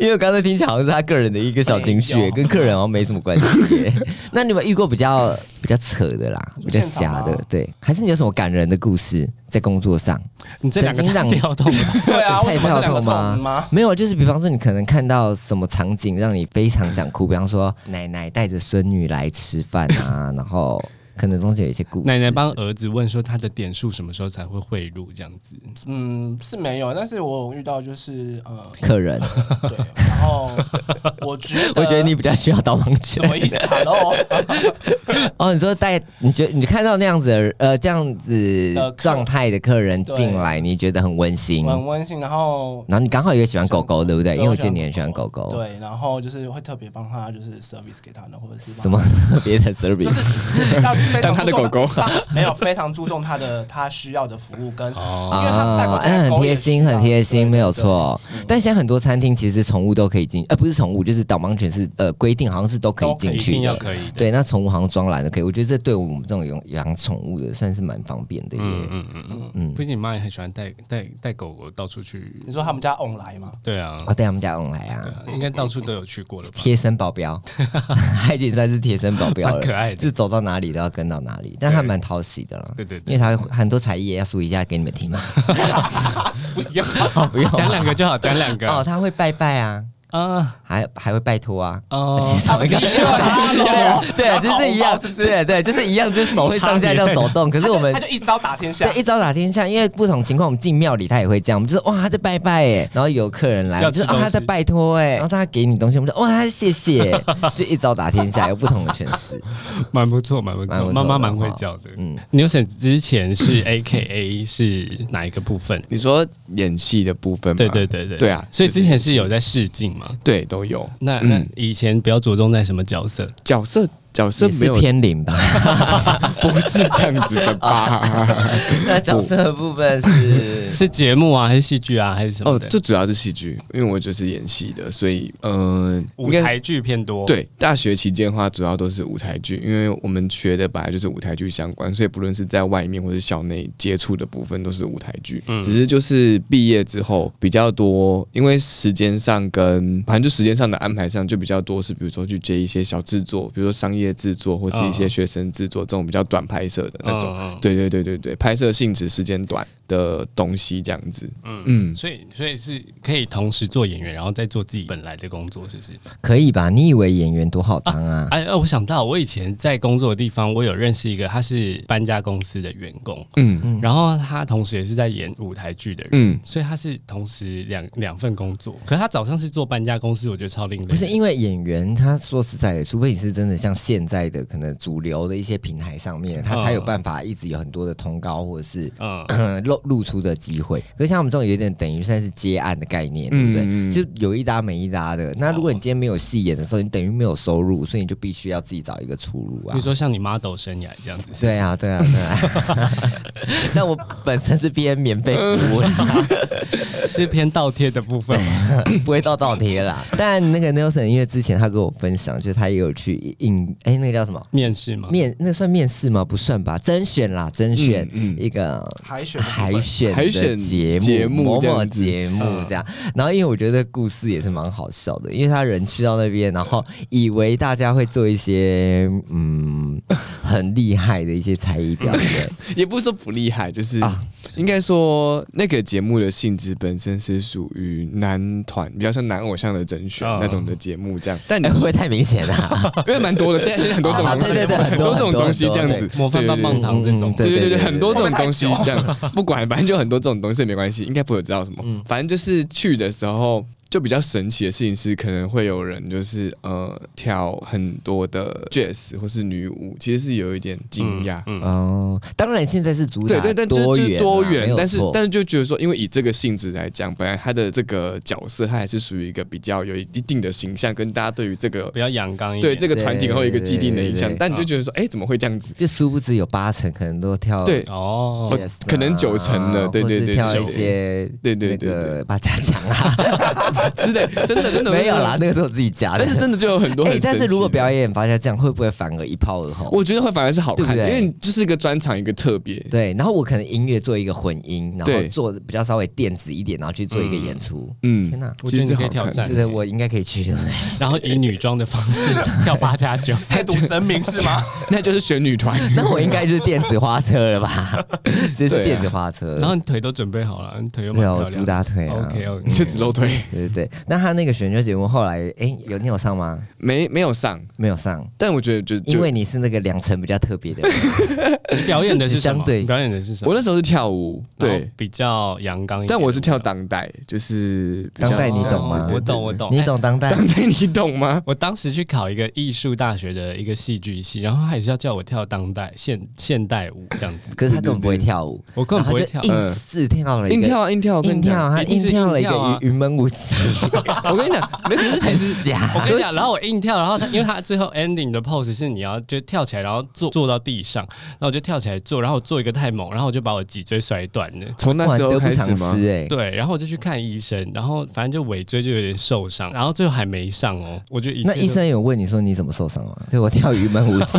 [SPEAKER 2] 因为我刚才听起来好像是他个人的一个小情绪
[SPEAKER 4] 没
[SPEAKER 2] 耶，
[SPEAKER 4] 有
[SPEAKER 2] 跟客人好像没什么关系耶。那你有没有遇过比较比较扯的啦，比
[SPEAKER 4] 你说
[SPEAKER 2] 较
[SPEAKER 4] 现场
[SPEAKER 2] 瞎
[SPEAKER 4] 吗
[SPEAKER 2] 的？对，还是你有什么感人的故事在工作上？
[SPEAKER 1] *laughs* 你这两个
[SPEAKER 2] 曾经
[SPEAKER 1] 大
[SPEAKER 2] 让
[SPEAKER 1] 调动
[SPEAKER 2] *laughs*
[SPEAKER 1] 啊，
[SPEAKER 4] *laughs* 对啊，为
[SPEAKER 2] 太
[SPEAKER 4] 什么这
[SPEAKER 2] 跳
[SPEAKER 4] 两个
[SPEAKER 2] 痛
[SPEAKER 4] 痛
[SPEAKER 2] 吗
[SPEAKER 4] 吗？？
[SPEAKER 2] 没有，就是比方说你可能看到什么场景让你非常想哭，比方说奶奶带着孙女来吃饭
[SPEAKER 4] *laughs*
[SPEAKER 2] 啊，然后可能中间有一些故事。
[SPEAKER 1] 奶奶帮儿子问说他的点数什么时候才会汇入这样子，
[SPEAKER 4] 嗯，是没有，但是我遇到就是呃，
[SPEAKER 2] 客
[SPEAKER 4] *laughs*
[SPEAKER 2] 人，
[SPEAKER 4] 对，然后我觉得，
[SPEAKER 2] 我觉得你比较需要导盲犬
[SPEAKER 4] *laughs* 什。么意思啊？
[SPEAKER 2] *laughs*
[SPEAKER 4] 然后
[SPEAKER 2] 哦，你说带，你觉你看到那样子的呃这样子
[SPEAKER 4] 呃客
[SPEAKER 2] 状态的客人
[SPEAKER 4] 对
[SPEAKER 2] 进来，你觉得很温馨。
[SPEAKER 4] 很温馨，然后
[SPEAKER 2] 然后你刚好也喜欢狗狗，对不对？
[SPEAKER 4] 对
[SPEAKER 2] 因为我记得你很喜欢狗狗。，
[SPEAKER 4] 对，然后就是会特别帮他就是 service 给他的，或者是帮
[SPEAKER 2] 什么特别的 service？、
[SPEAKER 4] 就
[SPEAKER 2] *laughs*
[SPEAKER 4] 是要非常
[SPEAKER 3] 当他的
[SPEAKER 4] 注重
[SPEAKER 3] 狗狗
[SPEAKER 4] 他没有非非常注重他的他需要的服务跟，因为他带
[SPEAKER 2] 啊
[SPEAKER 4] 过，
[SPEAKER 2] 哎、
[SPEAKER 4] 来的
[SPEAKER 2] 很
[SPEAKER 4] 狗
[SPEAKER 2] 贴
[SPEAKER 4] 也需要
[SPEAKER 2] 心，很贴心，
[SPEAKER 4] 对
[SPEAKER 2] 没有
[SPEAKER 4] 对
[SPEAKER 2] 错。但现在很多餐厅其实宠物都可以进，呃，不是宠物，就是导盲犬是呃规定好像是都可以
[SPEAKER 4] 都可以
[SPEAKER 2] 进
[SPEAKER 1] 一
[SPEAKER 2] 去
[SPEAKER 1] 定要
[SPEAKER 2] 的。
[SPEAKER 1] 可以的。
[SPEAKER 2] 对，那宠物好像装栏的可以，我觉得这对我们这种养养宠物的算是蛮方便的耶。
[SPEAKER 1] 嗯嗯嗯嗯，毕竟你妈也很喜欢带带带狗狗到处去，
[SPEAKER 4] 你说他们家 on 来吗？
[SPEAKER 1] 对啊，
[SPEAKER 2] 哦，带他们家用来啊
[SPEAKER 1] 对，啊，应该到处都有去过了吧？
[SPEAKER 2] 贴身保镖， *laughs* 他已经算是贴身保镖了，
[SPEAKER 4] *laughs*
[SPEAKER 1] 蛮可爱的
[SPEAKER 2] 就是走到哪里都要跟到哪里，但他蛮讨喜的啦。
[SPEAKER 1] 对对对
[SPEAKER 2] 因为他很多才艺也要数一下给你们听嘛。
[SPEAKER 4] 不要，
[SPEAKER 2] 哦，不用
[SPEAKER 1] 讲两个就好，讲两个
[SPEAKER 2] 哦，他会拜拜啊，
[SPEAKER 1] 啊
[SPEAKER 2] 还还会拜托啊。
[SPEAKER 1] 哦
[SPEAKER 2] 其实同一个
[SPEAKER 4] 不要啊
[SPEAKER 2] 对，就是一样，
[SPEAKER 4] 是不是
[SPEAKER 2] 对对，就是一样，就是手会上下这样抖动。可是我们
[SPEAKER 4] 他就一招打天下
[SPEAKER 2] 对，一招打天下，因为不同情况，我们进庙里他也会这样，我们就是哇他在拜拜哎，然后有客人来，我
[SPEAKER 1] 要
[SPEAKER 2] 们就是
[SPEAKER 1] 吃东
[SPEAKER 2] 啊
[SPEAKER 1] 西
[SPEAKER 2] 他在拜托哎，然后他给你东西，我们就哇他谢谢，就一招打天下，有不同的诠释。
[SPEAKER 1] 蛮不错，蛮不
[SPEAKER 2] 蛮不
[SPEAKER 1] 错，
[SPEAKER 2] 错
[SPEAKER 1] 妈妈
[SPEAKER 2] 的
[SPEAKER 1] 蛮
[SPEAKER 2] 哦
[SPEAKER 1] 会教的。
[SPEAKER 2] 嗯
[SPEAKER 1] 嗯，Newson 之前
[SPEAKER 3] *coughs*
[SPEAKER 1] 是 A K A 是哪一个部分？
[SPEAKER 3] 你说演戏的部分吗，
[SPEAKER 1] 对对对对
[SPEAKER 3] 对啊嗯
[SPEAKER 1] 所以之
[SPEAKER 3] 就
[SPEAKER 1] 前
[SPEAKER 3] 是
[SPEAKER 1] 是有在试镜嘛？
[SPEAKER 3] 对都有
[SPEAKER 1] 那那以前比较着重在什么角色？
[SPEAKER 3] 角色角色
[SPEAKER 2] 也
[SPEAKER 3] 没
[SPEAKER 2] 是
[SPEAKER 3] 有
[SPEAKER 2] 偏零吧？
[SPEAKER 3] 不是这样子 *laughs* 的吧？
[SPEAKER 2] 那角色的部分是
[SPEAKER 1] 是节目啊，还是戏剧啊，还是什么
[SPEAKER 3] 哦，
[SPEAKER 1] 的？
[SPEAKER 3] 这主要是戏剧，因为我就是演戏的，所以嗯、呃，应
[SPEAKER 1] 舞
[SPEAKER 3] 该
[SPEAKER 1] 台剧偏多。，
[SPEAKER 3] 对，大学期间的话，主要都是舞台剧，因为我们学的本来就是舞台剧相关，所以不论是在外面或是校内接触的部分，都是舞台剧。只是就是毕业之后比较多，因为时间上跟反正就时间上的安排上就比较多，是比如说去接一些小制作，比如说商业制作或是一些
[SPEAKER 1] 嗯
[SPEAKER 3] 学生制作这种比较短拍摄的那
[SPEAKER 1] 嗯
[SPEAKER 3] 种。
[SPEAKER 1] 嗯
[SPEAKER 3] 对对对对对，拍摄性质时间短的东西这样子。嗯嗯，
[SPEAKER 1] 所以所以是可以同时做演员，然后再做自己本来的工作，是不是？
[SPEAKER 2] *laughs* 可以吧？你以为演员多好当啊？
[SPEAKER 1] 哎、啊，我想到我以前在工作的地方，我有认识一个，他是搬家公司的员工，
[SPEAKER 3] 嗯
[SPEAKER 1] 然后他同时也是在演舞台剧的人。
[SPEAKER 3] 嗯，
[SPEAKER 1] 所以他是同时两两份工作，可是他早上是做搬家公司，我觉得超另类的。
[SPEAKER 2] 不是因为演员，他说实在的，除非你是真的像现在的可能主流的一些平台上
[SPEAKER 3] 嗯
[SPEAKER 2] 面，它才有办法一直有很多的通告或者是
[SPEAKER 1] 嗯，
[SPEAKER 2] *clears throat* 露露出的机会。可是像我们这种有点等于算是接案的概念，对不对？
[SPEAKER 3] 嗯嗯嗯
[SPEAKER 2] 就有一搭没一搭的。那如果你今天没有戏演的时候，你等于没有收入，所以你就必须要自己找一个出路啊
[SPEAKER 1] 比如。说像你 model 生涯这样子，
[SPEAKER 2] *laughs* 对啊，对啊，对啊。 *laughs* 那我本身是偏免费服务啦，
[SPEAKER 1] 是偏倒贴的部分吗？
[SPEAKER 2] *laughs* 不会到倒贴
[SPEAKER 3] *laughs*
[SPEAKER 2] 啦。但那个 Nelson，因为之前他跟我分享，就是他也有去应，哎，那个叫什么？
[SPEAKER 1] 面试吗？嗯
[SPEAKER 2] 面那算面试吗？不算吧，甄选啦，甄选、一个
[SPEAKER 4] 海选的部分
[SPEAKER 2] 海选
[SPEAKER 3] 嗯海
[SPEAKER 2] 的
[SPEAKER 3] 选
[SPEAKER 2] 节目，
[SPEAKER 3] 节目
[SPEAKER 2] 某
[SPEAKER 3] 这
[SPEAKER 2] 某
[SPEAKER 3] 样子嗯
[SPEAKER 2] 节目这样。然后因为我觉得故事也是蛮好笑的，因为他人去到那边，然后以为大家会做一些嗯很厉害的一些才艺表
[SPEAKER 3] *laughs*
[SPEAKER 2] 演，
[SPEAKER 3] 也不是说不厉害，就是、
[SPEAKER 2] 啊
[SPEAKER 3] 应该说那个节目的性质本身是属于男团，比较像男偶像的甄选
[SPEAKER 1] 啊
[SPEAKER 3] 那种的节目这样。但你
[SPEAKER 2] 哎、会不会太明显了、
[SPEAKER 3] *laughs*
[SPEAKER 2] 啊？
[SPEAKER 3] 因为蛮多的，现在现在很多这种
[SPEAKER 2] 啊
[SPEAKER 3] 东西，
[SPEAKER 2] 对对对
[SPEAKER 3] 很多这种
[SPEAKER 2] 很多
[SPEAKER 3] 东西这样
[SPEAKER 2] 很
[SPEAKER 3] 子，
[SPEAKER 1] 模范棒棒
[SPEAKER 3] 对
[SPEAKER 1] 糖这种
[SPEAKER 2] 嗯，
[SPEAKER 3] 对对对对，很多这种
[SPEAKER 4] 会不会太
[SPEAKER 3] 东西
[SPEAKER 4] 久
[SPEAKER 2] *laughs*
[SPEAKER 3] 这样，不管反正就很多这种东西没关系，应该不会知道什么。
[SPEAKER 2] 嗯
[SPEAKER 3] 反正就是去的时候。就比较神奇的事情是，可能会有人就是呃跳很多的 jazz 或是女舞，其实是有一点惊讶，
[SPEAKER 1] 嗯，
[SPEAKER 2] 哦，当然现在是主
[SPEAKER 3] 对
[SPEAKER 2] 打
[SPEAKER 3] 对，但就
[SPEAKER 2] 多
[SPEAKER 3] 就
[SPEAKER 2] 元
[SPEAKER 3] 是
[SPEAKER 2] 啊，
[SPEAKER 3] 多
[SPEAKER 2] 没
[SPEAKER 3] 元，
[SPEAKER 2] 有
[SPEAKER 3] 但是
[SPEAKER 2] 错
[SPEAKER 3] 但是就觉得说，因为以这个性质来讲，本来他的这个角色，他还是属于一个比较有一定的形象，跟大家对于这个
[SPEAKER 1] 比较阳刚一点。
[SPEAKER 3] 对这个团体
[SPEAKER 2] 对
[SPEAKER 3] 然后有一个既定的
[SPEAKER 2] 对
[SPEAKER 3] 印象
[SPEAKER 2] 对，
[SPEAKER 3] 但你就觉得说，哎，怎么会这样子？
[SPEAKER 2] 就殊不知有八成可能都跳
[SPEAKER 3] 对
[SPEAKER 1] 哦，
[SPEAKER 2] Jazz 啊
[SPEAKER 3] 可能九成了对对
[SPEAKER 2] 或是
[SPEAKER 3] 对
[SPEAKER 2] 跳
[SPEAKER 3] 九
[SPEAKER 2] 一些
[SPEAKER 3] 对对
[SPEAKER 2] 那
[SPEAKER 3] 对
[SPEAKER 2] 个
[SPEAKER 3] 对
[SPEAKER 2] 八家将
[SPEAKER 3] *laughs*
[SPEAKER 2] 啊，
[SPEAKER 3] 之类，真的真
[SPEAKER 2] *laughs*
[SPEAKER 3] 的
[SPEAKER 2] 没有啦，，那个是我自己加的
[SPEAKER 3] 啊但。是真的就有很多
[SPEAKER 2] 哎、
[SPEAKER 3] 很。
[SPEAKER 2] 但是如果表
[SPEAKER 3] 演，
[SPEAKER 2] 演八家将，会不会反而一炮而红？
[SPEAKER 3] 我觉得会反而是好
[SPEAKER 2] 对
[SPEAKER 3] 看，
[SPEAKER 2] 不
[SPEAKER 3] 因
[SPEAKER 2] 对
[SPEAKER 3] 为就是一个专场一个特别。
[SPEAKER 2] 对，然后我可能音乐做一个混音，然后
[SPEAKER 3] 对
[SPEAKER 2] 做比较稍微电子一点，然后去做一个演出。
[SPEAKER 3] 嗯
[SPEAKER 2] 天哪，
[SPEAKER 1] 我觉得
[SPEAKER 3] 其
[SPEAKER 1] 你
[SPEAKER 3] 实好
[SPEAKER 1] 可以
[SPEAKER 3] 看
[SPEAKER 1] 挑战
[SPEAKER 2] 觉，得我应该可以去
[SPEAKER 3] *laughs*
[SPEAKER 2] 的。
[SPEAKER 1] 然后以女装的方式跳八加九，
[SPEAKER 4] *laughs* 亵渎神明是吗？
[SPEAKER 3] 那就是选女团，
[SPEAKER 2] *laughs* 那我应该就是电子花车了吧？这是
[SPEAKER 3] *laughs* 对啊
[SPEAKER 2] 电子花车。
[SPEAKER 1] 然后你腿都准备好了，你腿又蛮
[SPEAKER 2] 对啊，我
[SPEAKER 1] 漂
[SPEAKER 2] 主
[SPEAKER 1] 亮的。
[SPEAKER 2] 打腿、啊。
[SPEAKER 1] OK OK，
[SPEAKER 3] *laughs* 就只露腿，
[SPEAKER 2] 对对对。那他那个选秀节目后来，哎、有你有上吗？
[SPEAKER 3] 没没有上。
[SPEAKER 2] 没有上，
[SPEAKER 3] 但我觉得就
[SPEAKER 2] 因
[SPEAKER 3] 就
[SPEAKER 2] 为你是那个两层比较特别的人。
[SPEAKER 1] 你表演的是什么
[SPEAKER 2] 相？对
[SPEAKER 1] 你表演的是什
[SPEAKER 3] 我
[SPEAKER 1] 么？
[SPEAKER 3] 那时候是跳舞，
[SPEAKER 1] 然
[SPEAKER 3] 对
[SPEAKER 1] 后，比较阳刚一点。哦
[SPEAKER 3] 但我是跳当代，就是比较
[SPEAKER 2] 当代你懂吗
[SPEAKER 1] 我懂，我。懂。
[SPEAKER 2] 你
[SPEAKER 1] 哎
[SPEAKER 2] 懂当代
[SPEAKER 3] *laughs* 当代你懂吗？
[SPEAKER 1] 我当时去考一个艺术大学的一个戏剧系，然后他也是要叫我跳当代现现代舞这样子，
[SPEAKER 2] 可是他根本不会跳舞，
[SPEAKER 1] 我根本不会跳
[SPEAKER 2] 然。后就硬是跳了一个
[SPEAKER 3] 硬跳啊，硬跳啊！我跟
[SPEAKER 2] 硬
[SPEAKER 3] 你讲
[SPEAKER 2] 跳，， *laughs* 他
[SPEAKER 1] 一定
[SPEAKER 2] 硬
[SPEAKER 1] 是
[SPEAKER 2] 跳了一
[SPEAKER 1] 硬跳啊
[SPEAKER 2] 个云云门舞集，
[SPEAKER 3] 我跟你讲，没可是其
[SPEAKER 2] 很
[SPEAKER 3] 实
[SPEAKER 2] 假。
[SPEAKER 1] 我跟你
[SPEAKER 2] *laughs*
[SPEAKER 1] 讲，然后我硬跳，然后他因为他最后 ending 的 pose 是你要就跳起来，然后坐坐到地上，然后我就跳起来坐，然后我做一个太猛，然后我就把我脊椎摔断了。
[SPEAKER 3] 从那
[SPEAKER 2] 哇，
[SPEAKER 3] 时
[SPEAKER 2] 得
[SPEAKER 3] 候
[SPEAKER 2] 不
[SPEAKER 3] 开
[SPEAKER 2] 偿
[SPEAKER 3] 始吗？
[SPEAKER 2] 失哎！
[SPEAKER 1] 对，然后我就去看医生，然后反正就尾椎就有点受伤，然后最后还没上哦。我觉得一切
[SPEAKER 2] 那
[SPEAKER 1] 都
[SPEAKER 2] 医生有问你说你怎么受伤吗？对我跳云门舞 *laughs* 集，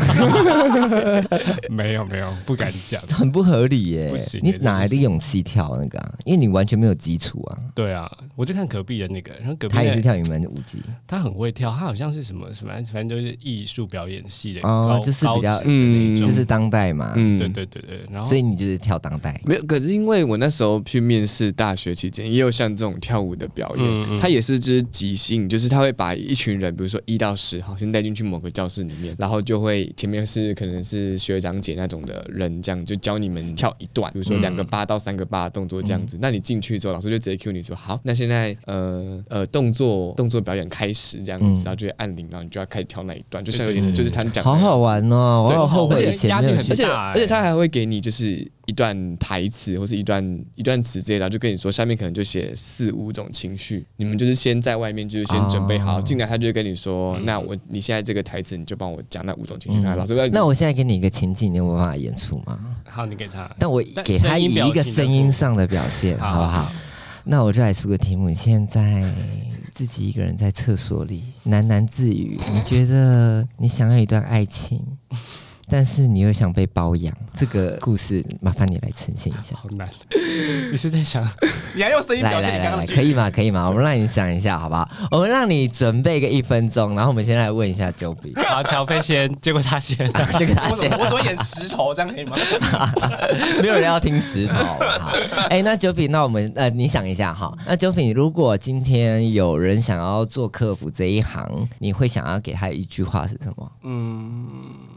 [SPEAKER 1] 没有没有不敢讲，
[SPEAKER 2] 很不合理耶
[SPEAKER 1] 不行！
[SPEAKER 2] 你
[SPEAKER 1] 哎
[SPEAKER 2] 哪来
[SPEAKER 1] 这
[SPEAKER 2] 的
[SPEAKER 1] 不
[SPEAKER 2] 勇气跳那个啊？因为你完全没有基础啊！
[SPEAKER 1] 对啊，我就看隔壁的那个，然后隔壁
[SPEAKER 2] 他也是
[SPEAKER 1] 那
[SPEAKER 2] 跳云门舞集
[SPEAKER 1] 他很会跳，他好像是什么什么，反正就是艺术表演系的
[SPEAKER 2] 哦
[SPEAKER 1] 高，
[SPEAKER 2] 就是比较
[SPEAKER 1] 高
[SPEAKER 2] 嗯
[SPEAKER 1] 职的那种
[SPEAKER 2] 就是当代嘛，
[SPEAKER 3] 嗯
[SPEAKER 1] 对对对对，然后
[SPEAKER 2] 所以你就是跳当代。
[SPEAKER 3] 没有，可是因为我那时候去面试大学期间，也有像这种跳舞的表演，
[SPEAKER 1] 嗯嗯
[SPEAKER 3] 他也是就是即兴，就是他会把一群人，比如说一到十号，先带进去某个教室里面，然后就会前面是可能是学长姐那种的人，这样就教你们跳一段，
[SPEAKER 1] 嗯
[SPEAKER 3] 比如说两个八到三个八的动作这样子。那你进去之后，老师就直接 cue 你说好，那现在呃呃动作动作表演开始这样子，
[SPEAKER 2] 嗯
[SPEAKER 3] 然后就会按铃，然后你就要开始跳那一段，就像有
[SPEAKER 1] 对
[SPEAKER 3] 点
[SPEAKER 1] 对
[SPEAKER 3] 就是他讲的
[SPEAKER 2] 好
[SPEAKER 3] 那样
[SPEAKER 2] 好
[SPEAKER 3] 子
[SPEAKER 2] 玩哦！我
[SPEAKER 3] 对
[SPEAKER 2] 好后
[SPEAKER 1] 而
[SPEAKER 2] 悔
[SPEAKER 1] 且
[SPEAKER 2] 以前
[SPEAKER 1] 压
[SPEAKER 2] 没
[SPEAKER 1] 力
[SPEAKER 2] 有
[SPEAKER 1] 很
[SPEAKER 2] 去
[SPEAKER 1] 大。
[SPEAKER 3] 而且
[SPEAKER 1] 欸
[SPEAKER 3] 而且他还会给你就是一段台词或是一段一段词之类的，然后就跟你说下面可能就写四五种情绪，你们就是先在外面就是先准备好，
[SPEAKER 2] 哦
[SPEAKER 3] 进来他就会跟你说，
[SPEAKER 1] 嗯
[SPEAKER 3] 那我你现在这个台词你就帮我讲那五种情绪，
[SPEAKER 2] 嗯
[SPEAKER 3] 看老师要
[SPEAKER 2] 那我现在给你一个情境，你有没有办法演出吗？
[SPEAKER 1] 好，你给他。
[SPEAKER 2] 但我
[SPEAKER 1] 但
[SPEAKER 2] 给他
[SPEAKER 1] 声音
[SPEAKER 2] 以
[SPEAKER 1] 表
[SPEAKER 2] 一
[SPEAKER 1] 情
[SPEAKER 2] 个
[SPEAKER 1] 的
[SPEAKER 2] 声
[SPEAKER 1] 部
[SPEAKER 2] 音
[SPEAKER 1] 分
[SPEAKER 2] 上的表现，
[SPEAKER 1] 好
[SPEAKER 2] 好不好？那我就来出个题目：你现在自己一个人在厕所里喃喃自语，你觉得你想要一段爱情，但是你又想被包养，这个故事麻烦你来呈现一下。
[SPEAKER 1] 好难， *laughs* 你是在
[SPEAKER 4] *laughs*
[SPEAKER 1] 想
[SPEAKER 4] 你还用声音
[SPEAKER 2] 来
[SPEAKER 4] 表现
[SPEAKER 2] 来
[SPEAKER 4] 你刚
[SPEAKER 2] 来
[SPEAKER 4] 刚
[SPEAKER 2] 来，
[SPEAKER 4] 的剧
[SPEAKER 2] 可以吗？可以吗？我们让你想一下，好不好？我们让你准备个一分钟，然后我们先来问一下 *laughs* Joey，
[SPEAKER 1] 好，乔飞先，结果他
[SPEAKER 4] *laughs*
[SPEAKER 1] 先，
[SPEAKER 2] 这个他
[SPEAKER 4] 我怎
[SPEAKER 2] 先
[SPEAKER 4] 么我怎么演石头这样可以吗？ *laughs*
[SPEAKER 2] *laughs* 没有人要听石头。好，哎、那九品，那我们呃，你想一下哈，那九品，如果今天有人想要做客服这一行，你会想要给他一句话是什么？
[SPEAKER 4] 嗯，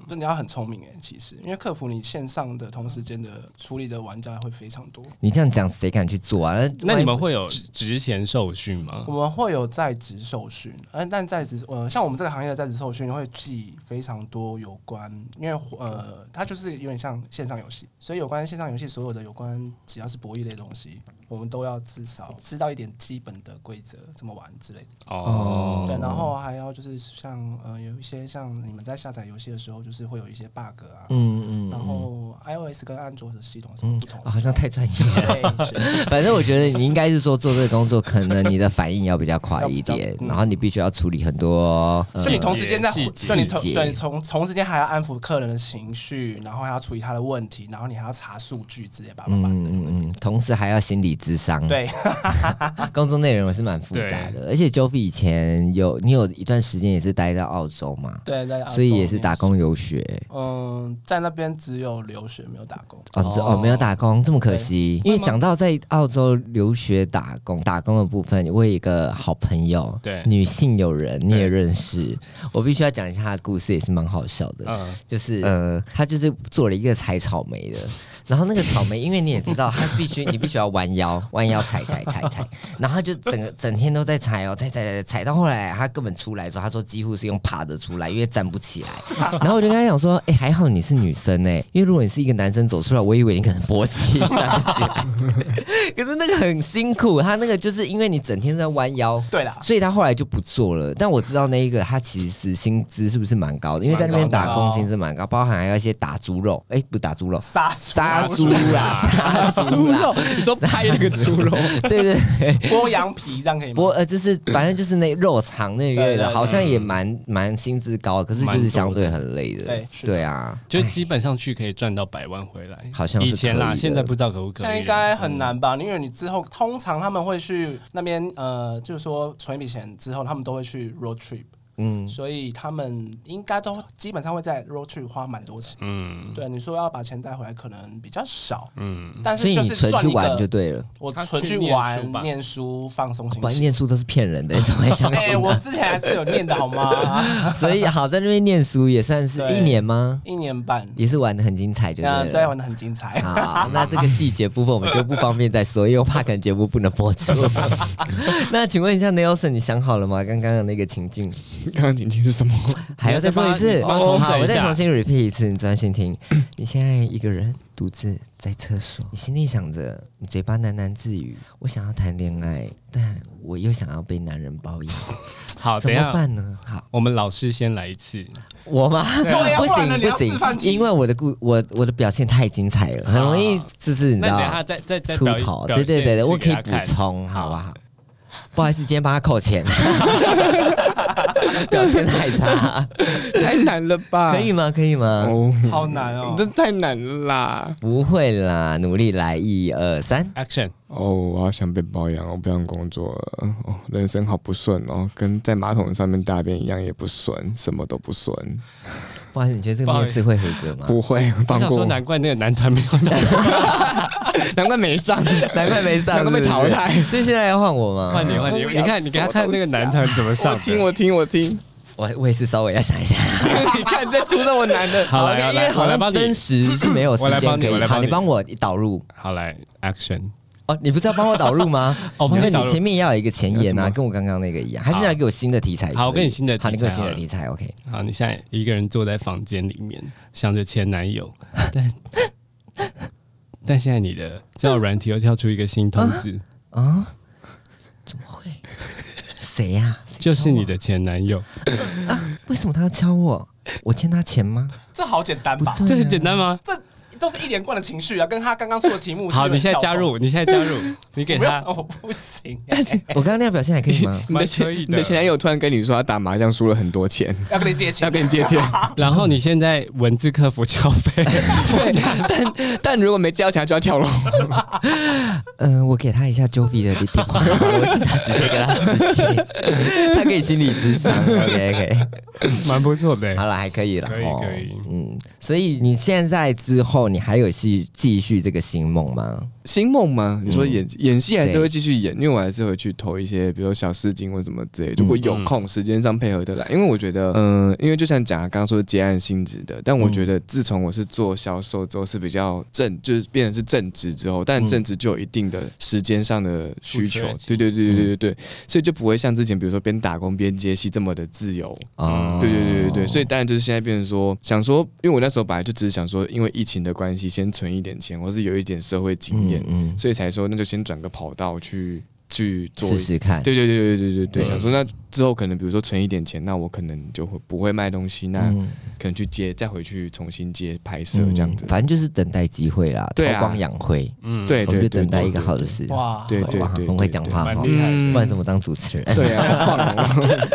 [SPEAKER 4] 就你要很聪明哎、其实因为客服你线上的同时间的处理的玩家会非常多。
[SPEAKER 2] 你这样讲，谁敢去做啊？
[SPEAKER 1] 那你们会有职职前受训吗
[SPEAKER 4] 我？们会有在职受训，呃，但在职呃，像我们这个行业的在职受训会记非常多有关，因为呃，它就是有点像线上游戏，所以有关线上游戏所有的有关只要是博弈类的东西，我们都要至少知道一点基本的规则怎么玩之类的。
[SPEAKER 1] 哦，
[SPEAKER 4] 对，然后还要就是像呃，有一些像你们在下载游戏的时候，就是会有一些 bug 啊，
[SPEAKER 2] 嗯嗯
[SPEAKER 4] 然后 iOS 跟安卓的系统是不同
[SPEAKER 2] 啊
[SPEAKER 4] 的。
[SPEAKER 2] 好像太专业 *laughs* 了。
[SPEAKER 4] 对，
[SPEAKER 2] 反正我觉得你应该是说做这个工作，可能你的反应要比较快一
[SPEAKER 4] *laughs* 要
[SPEAKER 2] 点
[SPEAKER 4] 比，较嗯
[SPEAKER 2] 然后你必须要处理很多。呃
[SPEAKER 4] 是你同时间在
[SPEAKER 1] 细节
[SPEAKER 4] 对你同
[SPEAKER 2] 细节
[SPEAKER 4] 对你从同时间还要安抚客人的情绪，然后还要处理他的问题，然后你还要查数据之类吧吧吧
[SPEAKER 2] 嗯嗯嗯，同时还要心理智商。，啊
[SPEAKER 4] 对， *laughs*
[SPEAKER 2] 工作内容也是蛮复杂的，而且 Jovi 以前有你有一段时间也是待在澳洲嘛，
[SPEAKER 4] 对啊对，
[SPEAKER 2] 所以啊也是打。工游学。
[SPEAKER 4] 嗯，在那边只有留学没有打工。
[SPEAKER 2] 哦，这哦没有打工，这么可惜。因
[SPEAKER 4] 对
[SPEAKER 2] 为讲到在澳洲留学打工，打工的部分，我有一个好朋友，
[SPEAKER 1] 对
[SPEAKER 2] 女性友人，你
[SPEAKER 1] 对
[SPEAKER 2] 也认识，我必须要讲一下她的故事，也是蛮好笑的。
[SPEAKER 1] 嗯，
[SPEAKER 2] 就是呃，他就是做了一个采草莓的，然后那个草莓，因为你也知道，他必须你必须要弯腰，弯腰采采采采，然后他就整个整天都在采哦，采采采采，到后来他根本出来的时候，他说几乎是用爬的出来，因为站不起来。然后我就跟他讲说，哎、还好你是女生哎、因为如果你是一个男生走出来，我以为你可能勃起站不起来，可是那个很辛苦，他那个就是因为你整天在弯腰，
[SPEAKER 4] 对啦，
[SPEAKER 2] 所以他后来就不做了。但我知道那一个他其实薪资是不是蛮高的，因为在那边打工薪资蛮高，包含还有一些打猪肉，哎、不打
[SPEAKER 4] *laughs*
[SPEAKER 2] 猪肉，欸
[SPEAKER 4] 杀猪
[SPEAKER 2] 杀猪啊啦，杀猪啦，
[SPEAKER 1] 你说拍那个猪
[SPEAKER 2] *laughs*
[SPEAKER 1] 肉，
[SPEAKER 2] 对对对。
[SPEAKER 4] *laughs* 剥羊皮这样可以
[SPEAKER 2] 不过
[SPEAKER 4] 吗？
[SPEAKER 2] 呃，就是反正就是那肉肠那
[SPEAKER 4] 对
[SPEAKER 2] 个
[SPEAKER 4] 对
[SPEAKER 2] 的，
[SPEAKER 4] 对
[SPEAKER 2] 好像也蛮蛮薪资高，可是就是相对很累的。
[SPEAKER 4] 对是的
[SPEAKER 2] 对啊，
[SPEAKER 1] 就基本上去可以赚到百万回来，
[SPEAKER 2] 好像是
[SPEAKER 1] 以前
[SPEAKER 2] 可
[SPEAKER 1] 啦，
[SPEAKER 2] 以的
[SPEAKER 1] 现在不知道可不可
[SPEAKER 4] 现在
[SPEAKER 1] 以。
[SPEAKER 4] 应该很
[SPEAKER 1] 嗯
[SPEAKER 4] 难吧？因为你之后通常他们会去那边，呃，就是说存一笔钱之后，他们都会去 road trip，
[SPEAKER 2] 嗯，
[SPEAKER 4] 所以他们应该都基本上会在 road trip 花蛮多钱。
[SPEAKER 1] 嗯
[SPEAKER 4] 对，你说要把钱带回来可能比较少，
[SPEAKER 1] 嗯，
[SPEAKER 4] 但
[SPEAKER 2] 所
[SPEAKER 4] 是
[SPEAKER 2] 以
[SPEAKER 4] 就
[SPEAKER 2] 你
[SPEAKER 4] 是
[SPEAKER 2] 存
[SPEAKER 4] 算
[SPEAKER 2] 去
[SPEAKER 4] 一
[SPEAKER 2] 玩就
[SPEAKER 4] 个，
[SPEAKER 2] 对了，
[SPEAKER 4] 我
[SPEAKER 1] 他
[SPEAKER 4] 存
[SPEAKER 1] 去
[SPEAKER 4] 去
[SPEAKER 1] 念书
[SPEAKER 4] 玩、
[SPEAKER 1] 吧
[SPEAKER 4] 念书、放松心
[SPEAKER 2] 不然
[SPEAKER 4] 情。
[SPEAKER 2] 念书都是骗人的，你怎么会相
[SPEAKER 4] *laughs* 哎、
[SPEAKER 2] 信
[SPEAKER 4] 我
[SPEAKER 2] 呢？
[SPEAKER 4] 之前还是有念的好吗？ *laughs*
[SPEAKER 2] 所以好，在那边念书也算是
[SPEAKER 4] 哎对
[SPEAKER 2] 一年吗？
[SPEAKER 4] 一年半，
[SPEAKER 2] 也是玩的很精彩，就对了
[SPEAKER 4] 嗯，。对，玩的很精彩。
[SPEAKER 2] 好，啊那这个细节部分我们就不方便再说，因为我怕可能节目不能播出。那请问一下 Nelson，你想好了吗？刚刚的那个情境
[SPEAKER 3] 刚刚婷婷是
[SPEAKER 1] *laughs*
[SPEAKER 3] 什么？
[SPEAKER 2] 还要再说一次？
[SPEAKER 1] 你帮我
[SPEAKER 2] 哦好，
[SPEAKER 1] 统整一下
[SPEAKER 2] 我再重新 repeat 一次，你专心听。你现在一个人独自在厕所，你心里想着，你嘴巴喃喃自语：“我想要谈恋爱，但我又想要被男人包养，
[SPEAKER 1] 好，
[SPEAKER 2] 怎
[SPEAKER 1] 等一
[SPEAKER 2] 么
[SPEAKER 1] 下，
[SPEAKER 2] 办呢？”好，
[SPEAKER 1] 我们老师先来一次，
[SPEAKER 2] 我吗？
[SPEAKER 4] 对啊
[SPEAKER 2] 不
[SPEAKER 4] 不然呢
[SPEAKER 2] 行
[SPEAKER 4] 你要示
[SPEAKER 2] 不
[SPEAKER 4] 范题
[SPEAKER 2] 行，因为我的故我我的表现太精彩了，很容易就是你知
[SPEAKER 1] 那
[SPEAKER 2] 道。
[SPEAKER 1] 等一下再再再
[SPEAKER 2] 出
[SPEAKER 1] 表
[SPEAKER 2] 头，
[SPEAKER 1] 表
[SPEAKER 2] 对对对
[SPEAKER 1] 现一
[SPEAKER 2] 对，
[SPEAKER 1] 次
[SPEAKER 2] 我可
[SPEAKER 1] 给
[SPEAKER 2] 以
[SPEAKER 1] 他
[SPEAKER 2] 补
[SPEAKER 1] 看
[SPEAKER 2] 充，好不好？ *laughs* 不好意思，今天帮他扣钱， *laughs* 表现太 *laughs* 差，
[SPEAKER 3] 太难了吧？
[SPEAKER 2] 可以吗？可以吗？
[SPEAKER 3] 哦，
[SPEAKER 4] 好
[SPEAKER 1] *laughs*
[SPEAKER 4] 难哦
[SPEAKER 3] 这太难了啦！
[SPEAKER 2] 不会啦，努力来，一二三，
[SPEAKER 1] action，
[SPEAKER 3] 哦，我好想被包养，我不想工作了。哦，人生好不顺哦，跟在马桶上面大便一样也不顺，什么都不顺。
[SPEAKER 2] 不好意思，你觉得这
[SPEAKER 1] 不
[SPEAKER 2] 个
[SPEAKER 1] 好
[SPEAKER 2] 面
[SPEAKER 1] 意思
[SPEAKER 2] 试会合格吗？
[SPEAKER 3] 不会，
[SPEAKER 1] 嗯我
[SPEAKER 3] 放
[SPEAKER 1] 想
[SPEAKER 3] 过
[SPEAKER 1] 说
[SPEAKER 3] 我，
[SPEAKER 1] 难怪那个男团没有拿
[SPEAKER 3] 难怪没上，
[SPEAKER 2] *laughs* 难怪没上，
[SPEAKER 3] 难怪被淘汰
[SPEAKER 2] 是不是。所以现在要换我吗？
[SPEAKER 1] 换你换你，
[SPEAKER 3] 不要
[SPEAKER 1] 你看你给他看那个男团怎么上
[SPEAKER 3] 我
[SPEAKER 1] 的，
[SPEAKER 3] 听我听我听， *laughs*
[SPEAKER 2] 我我也是稍微要想一下，
[SPEAKER 3] 你看你在出那么难的，
[SPEAKER 2] *laughs*
[SPEAKER 1] 好来
[SPEAKER 2] 因
[SPEAKER 1] 啊
[SPEAKER 2] 为
[SPEAKER 1] 来，我
[SPEAKER 2] 好
[SPEAKER 1] 来
[SPEAKER 2] 像
[SPEAKER 1] 帮你
[SPEAKER 2] 真，实是没有时
[SPEAKER 1] 我来帮
[SPEAKER 2] 间
[SPEAKER 1] 你
[SPEAKER 2] 可
[SPEAKER 1] 我
[SPEAKER 2] 以。
[SPEAKER 1] 来帮
[SPEAKER 2] 好，你
[SPEAKER 1] 你
[SPEAKER 2] 帮我导入
[SPEAKER 1] 好来 action，
[SPEAKER 2] 哦，你不是要帮我导入 *laughs* 吗？
[SPEAKER 1] 哦
[SPEAKER 2] 因
[SPEAKER 1] 帮
[SPEAKER 2] 为
[SPEAKER 1] 你导
[SPEAKER 2] 你
[SPEAKER 1] 入
[SPEAKER 2] 前面也要有一个前言
[SPEAKER 3] 有
[SPEAKER 2] 啊，
[SPEAKER 3] 什么
[SPEAKER 2] 跟我刚刚那个一样，还是你要给我新的题材也可以？
[SPEAKER 1] 好我给你新的题材
[SPEAKER 2] 好，你给我新的
[SPEAKER 1] 好了
[SPEAKER 2] 题材，OK。
[SPEAKER 1] 好，你现在一个人坐在房间里面，想着前男友，但但现在你的交友软体又跳出一个新通知，
[SPEAKER 2] 啊？怎么会？谁呀、谁
[SPEAKER 1] 就是你
[SPEAKER 2] 敲
[SPEAKER 1] 的前男友，
[SPEAKER 2] 我？为什么他要敲我？我欠他钱吗？
[SPEAKER 4] 这好简单
[SPEAKER 2] 不
[SPEAKER 4] 吧？
[SPEAKER 1] 这
[SPEAKER 2] 对、
[SPEAKER 1] 很简
[SPEAKER 2] 啊，
[SPEAKER 1] 单吗？
[SPEAKER 4] 这都是一连贯的情绪啊，跟他刚刚说的题目是有
[SPEAKER 1] 好，
[SPEAKER 4] 点
[SPEAKER 1] 你现在
[SPEAKER 4] 跳
[SPEAKER 1] 加
[SPEAKER 4] 动。
[SPEAKER 1] 入，你现在加入，你给
[SPEAKER 4] 我没有
[SPEAKER 1] 他，
[SPEAKER 4] 我
[SPEAKER 1] *laughs*
[SPEAKER 4] 不行、欸，
[SPEAKER 2] 我刚刚那样表现还可以
[SPEAKER 3] *laughs*
[SPEAKER 2] 吗？
[SPEAKER 3] 你的
[SPEAKER 1] 蛮
[SPEAKER 3] 前
[SPEAKER 1] 可以
[SPEAKER 3] 你的
[SPEAKER 1] 的
[SPEAKER 3] 前男友突然跟你说他打麻将输了很多钱，
[SPEAKER 4] 要跟你借
[SPEAKER 3] 要
[SPEAKER 4] 钱。
[SPEAKER 3] 跟你
[SPEAKER 1] *laughs*
[SPEAKER 3] 借钱，
[SPEAKER 1] 然后你现在文字客服交费，
[SPEAKER 3] 对，但但如果没借到钱他就要跳楼。
[SPEAKER 2] 嗯、我给他一下 Jovi 的电话，我请他直接给他咨询，他可以心理智
[SPEAKER 3] *laughs*
[SPEAKER 2] 商。OK OK，
[SPEAKER 1] 蛮不错的
[SPEAKER 2] 好。了，还可以了。
[SPEAKER 1] 可以
[SPEAKER 2] 哦
[SPEAKER 1] 可以
[SPEAKER 2] 嗯，所以你现在之后，你还有继继续这个新梦吗？
[SPEAKER 3] 星梦吗？你说演、演戏还是
[SPEAKER 2] 对
[SPEAKER 3] 会继续演，因为我还是会去投一些，比如说小试镜或什么之类。如果有
[SPEAKER 1] 嗯
[SPEAKER 3] 空，时间上配合得来，因为我觉得，嗯、因为就像讲的刚刚说的接案性质的，但我觉得自从我是做销售之后是比较正，就是变成是正职之后，但
[SPEAKER 1] 嗯
[SPEAKER 3] 正职就有一定的时间上的需求
[SPEAKER 1] 付出爱，
[SPEAKER 3] 对
[SPEAKER 1] 情
[SPEAKER 3] 对对对对对，所以就不会像之前比如说边打工边接戏这么的自由。
[SPEAKER 2] 哦，
[SPEAKER 3] 对对对对对，所以当然就是现在变成说，想说，因为我那时候本来就只是想说，因为疫情的关系，先存一点钱，或是有一点社会经
[SPEAKER 2] 嗯
[SPEAKER 3] 验，
[SPEAKER 2] 嗯
[SPEAKER 3] 所以才说那就先转个跑道去去做
[SPEAKER 2] 试
[SPEAKER 3] 一。
[SPEAKER 2] 试看，
[SPEAKER 3] 对对对对对对对，
[SPEAKER 2] 对
[SPEAKER 3] 想说那之后可能比如说存一点钱，那我可能就会不会卖东西，那
[SPEAKER 2] 嗯
[SPEAKER 3] 可能去接再回去重新接拍摄啊这样子。
[SPEAKER 2] 反正就是等待机会啦，
[SPEAKER 3] 对啊
[SPEAKER 2] 韬光养晦，
[SPEAKER 1] 嗯，
[SPEAKER 3] 对
[SPEAKER 2] 我们就
[SPEAKER 3] 对对，
[SPEAKER 2] 等待一个
[SPEAKER 3] 对
[SPEAKER 2] 好的时候。
[SPEAKER 4] 哇，
[SPEAKER 3] 对对
[SPEAKER 2] 哇
[SPEAKER 3] 对，
[SPEAKER 2] 很会
[SPEAKER 3] 对
[SPEAKER 2] 讲
[SPEAKER 3] 对
[SPEAKER 2] 话哦
[SPEAKER 1] 蛮
[SPEAKER 2] 哈，
[SPEAKER 1] 厉害的。
[SPEAKER 3] 嗯
[SPEAKER 2] 不然怎么当主持人？ *laughs*
[SPEAKER 3] 对啊，棒哦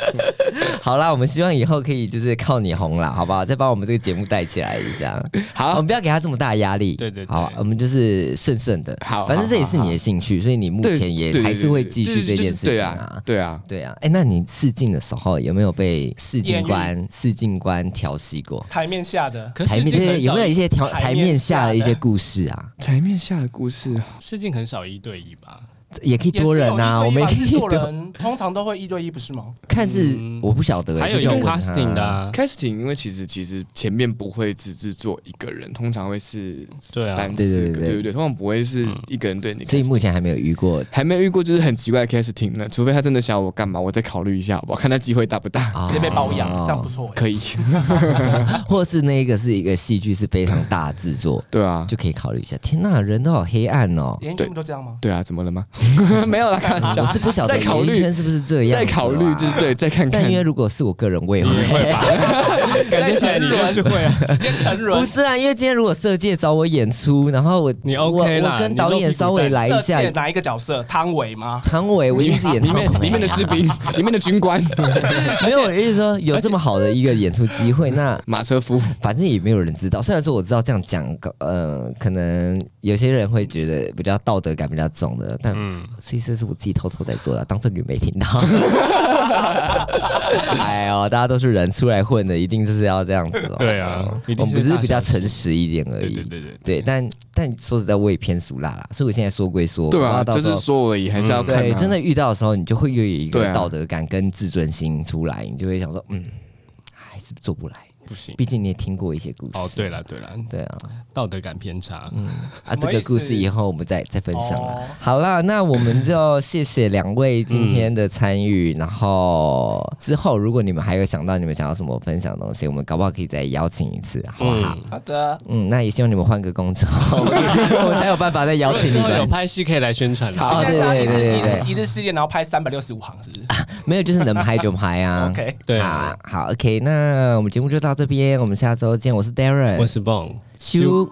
[SPEAKER 2] 好啦，我们希望以后可以就是靠你红啦，好不好？再把我们这个节目带起来一下。我
[SPEAKER 3] 好
[SPEAKER 2] 们不要给他这么大的压力。
[SPEAKER 1] 对对对
[SPEAKER 2] 好，我们就是顺顺的。
[SPEAKER 3] 好，
[SPEAKER 2] 反正这也
[SPEAKER 3] 好
[SPEAKER 2] 是你的兴趣，所以你目
[SPEAKER 3] 对
[SPEAKER 2] 前也
[SPEAKER 3] 对对
[SPEAKER 2] 还是
[SPEAKER 3] 对
[SPEAKER 2] 会
[SPEAKER 3] 对
[SPEAKER 2] 继
[SPEAKER 3] 对
[SPEAKER 2] 续
[SPEAKER 3] 对
[SPEAKER 2] 这
[SPEAKER 3] 就
[SPEAKER 2] 件
[SPEAKER 3] 是
[SPEAKER 2] 事
[SPEAKER 3] 对
[SPEAKER 2] 情
[SPEAKER 3] 啊
[SPEAKER 2] 啊，。
[SPEAKER 3] 对啊，
[SPEAKER 2] 对啊，哎，那你试镜的时候有没有被试
[SPEAKER 4] 艳
[SPEAKER 2] 镜
[SPEAKER 4] 遇
[SPEAKER 2] 官、试镜官调戏过？
[SPEAKER 4] 台面下的
[SPEAKER 1] 可
[SPEAKER 2] 台
[SPEAKER 1] 是
[SPEAKER 2] 面
[SPEAKER 1] 试镜
[SPEAKER 2] 对
[SPEAKER 1] 很
[SPEAKER 2] 有
[SPEAKER 1] 少
[SPEAKER 2] 没有一些调
[SPEAKER 4] 台面
[SPEAKER 2] 台面下的一
[SPEAKER 4] 下的
[SPEAKER 2] 些故事啊？
[SPEAKER 3] 台面下的故事
[SPEAKER 1] 试镜很少一对一吧？
[SPEAKER 2] 也可以多人啊，我们也
[SPEAKER 4] 也
[SPEAKER 2] 可
[SPEAKER 4] 是有一对一吧制
[SPEAKER 2] 以
[SPEAKER 4] 作
[SPEAKER 2] 多
[SPEAKER 4] 人通常都会一对一，不是吗？
[SPEAKER 2] *laughs* 看是
[SPEAKER 1] 嗯
[SPEAKER 2] 我不晓得欸，
[SPEAKER 1] 还有
[SPEAKER 2] 这就
[SPEAKER 1] 用
[SPEAKER 2] 要问他
[SPEAKER 1] casting 的啊，
[SPEAKER 3] casting，因为其实其实前面不会只制作一个人，通常会是
[SPEAKER 1] 对啊
[SPEAKER 3] 三
[SPEAKER 2] 对对
[SPEAKER 3] 四个，
[SPEAKER 2] 对对
[SPEAKER 3] 对不对？通常不会是一个人对你 casting。
[SPEAKER 2] 所以目前还没有遇过
[SPEAKER 3] 还没遇过就是很奇怪的 casting 呢，除非他真的想我干嘛，我再考虑一下好不好，看他机会大不大，
[SPEAKER 2] 啊
[SPEAKER 4] 直接被包养，这样不错欸。
[SPEAKER 3] 可以。
[SPEAKER 2] *laughs* 或是那一个是一个戏剧是非常大的制作，
[SPEAKER 3] 对啊，
[SPEAKER 2] 就可以考虑一下。天呐，人都好黑暗
[SPEAKER 4] *laughs*
[SPEAKER 2] 哦！
[SPEAKER 4] 演艺圈不都这样吗？
[SPEAKER 3] 对啊，怎么了吗？ *laughs* 没有啦，开玩笑
[SPEAKER 2] 我。是不晓得
[SPEAKER 3] 再
[SPEAKER 2] 演
[SPEAKER 3] 考
[SPEAKER 2] 艺
[SPEAKER 3] 虑
[SPEAKER 2] 圈是不是这样，啊
[SPEAKER 3] 再考虑就是。对，再看看
[SPEAKER 2] 但。因为如果是我个人，我也会。
[SPEAKER 1] 感觉起来你就是会啊，
[SPEAKER 4] 直接成
[SPEAKER 2] *laughs*
[SPEAKER 4] 人
[SPEAKER 2] 不是啊，因为今天如果色戒找我演出，然后我
[SPEAKER 1] 你 OK
[SPEAKER 2] 我
[SPEAKER 1] 啦
[SPEAKER 2] 我跟
[SPEAKER 1] 你
[SPEAKER 2] 导
[SPEAKER 1] 露屁
[SPEAKER 2] 演
[SPEAKER 1] 股
[SPEAKER 2] 稍微
[SPEAKER 1] 蛋
[SPEAKER 2] 来一
[SPEAKER 4] 色
[SPEAKER 2] 下
[SPEAKER 4] 戒哪一个角色？汤唯吗？
[SPEAKER 2] 唐伟，我一定是演
[SPEAKER 3] 里
[SPEAKER 2] 唐
[SPEAKER 3] 面里面
[SPEAKER 2] 啊
[SPEAKER 3] 的士兵，里面的军官，
[SPEAKER 2] *laughs* 没有，我的意思说有这么好的一个演出机会，那
[SPEAKER 3] 马车夫。
[SPEAKER 2] 反正也没有人知道。虽然说我知道这样讲，呃，可能有些人会觉得比较道德感比较重的，但
[SPEAKER 1] 嗯，
[SPEAKER 2] 所以这是我自己偷偷在做的，当做你们没听到。 *laughs* 哎呦，大家都是人出来混的，一定就是要这样子哦。
[SPEAKER 1] 对啊，一
[SPEAKER 2] 我
[SPEAKER 1] 定
[SPEAKER 2] 们只是比较
[SPEAKER 1] 大小
[SPEAKER 2] 诚
[SPEAKER 1] 事，
[SPEAKER 2] 实一点而
[SPEAKER 1] 对
[SPEAKER 2] 已。
[SPEAKER 1] 对对对，
[SPEAKER 2] 对但但说实在，我也偏俗辣啦，所以我现在说归说，
[SPEAKER 3] 对
[SPEAKER 2] 我
[SPEAKER 3] 啊，
[SPEAKER 2] 要到
[SPEAKER 3] 就
[SPEAKER 2] 时候嗯
[SPEAKER 3] 是说而已，还是要看啊。
[SPEAKER 2] 对，真的遇到的时候，你就会又有一
[SPEAKER 3] 对
[SPEAKER 2] 个
[SPEAKER 3] 啊
[SPEAKER 2] 道德感跟自尊心出来，你就会想说，嗯，还是做不来。
[SPEAKER 1] 不行。
[SPEAKER 2] 毕竟你也听过一些故事。
[SPEAKER 1] 哦，对了对了，
[SPEAKER 2] 对啊，
[SPEAKER 1] 道德感偏差，
[SPEAKER 2] 啊，
[SPEAKER 4] 什
[SPEAKER 2] 这
[SPEAKER 4] 么
[SPEAKER 2] 个
[SPEAKER 4] 意思
[SPEAKER 2] 故事以后我们再再分享了。
[SPEAKER 4] 哦
[SPEAKER 2] 好啦，那我们就谢谢两位今天的参与，然后之后如果你们还有想到你们想要什么分享的东西，我们搞不好可以再邀请一次，好不好？
[SPEAKER 1] 嗯
[SPEAKER 4] 好的，
[SPEAKER 2] 嗯那也希望你们换个
[SPEAKER 4] *laughs*
[SPEAKER 2] 工作，我们才有办法再邀请
[SPEAKER 1] 之
[SPEAKER 2] 你
[SPEAKER 1] 后有
[SPEAKER 2] 们。
[SPEAKER 1] 拍戏可以来宣传
[SPEAKER 2] 哦
[SPEAKER 1] 啦。
[SPEAKER 4] 现在是要
[SPEAKER 2] 对
[SPEAKER 4] 一
[SPEAKER 2] 对对对
[SPEAKER 4] 日
[SPEAKER 2] 对
[SPEAKER 4] 一日一日系列，然后拍三百六十五行，是不是
[SPEAKER 2] 没有，就是能拍就拍啊。
[SPEAKER 4] ？OK，
[SPEAKER 1] 对
[SPEAKER 2] 好
[SPEAKER 1] 啊
[SPEAKER 2] 啊，好，OK，那我们节目就到这边，我们下周见。我是 Darren，
[SPEAKER 1] 我是 Bong。
[SPEAKER 2] 修。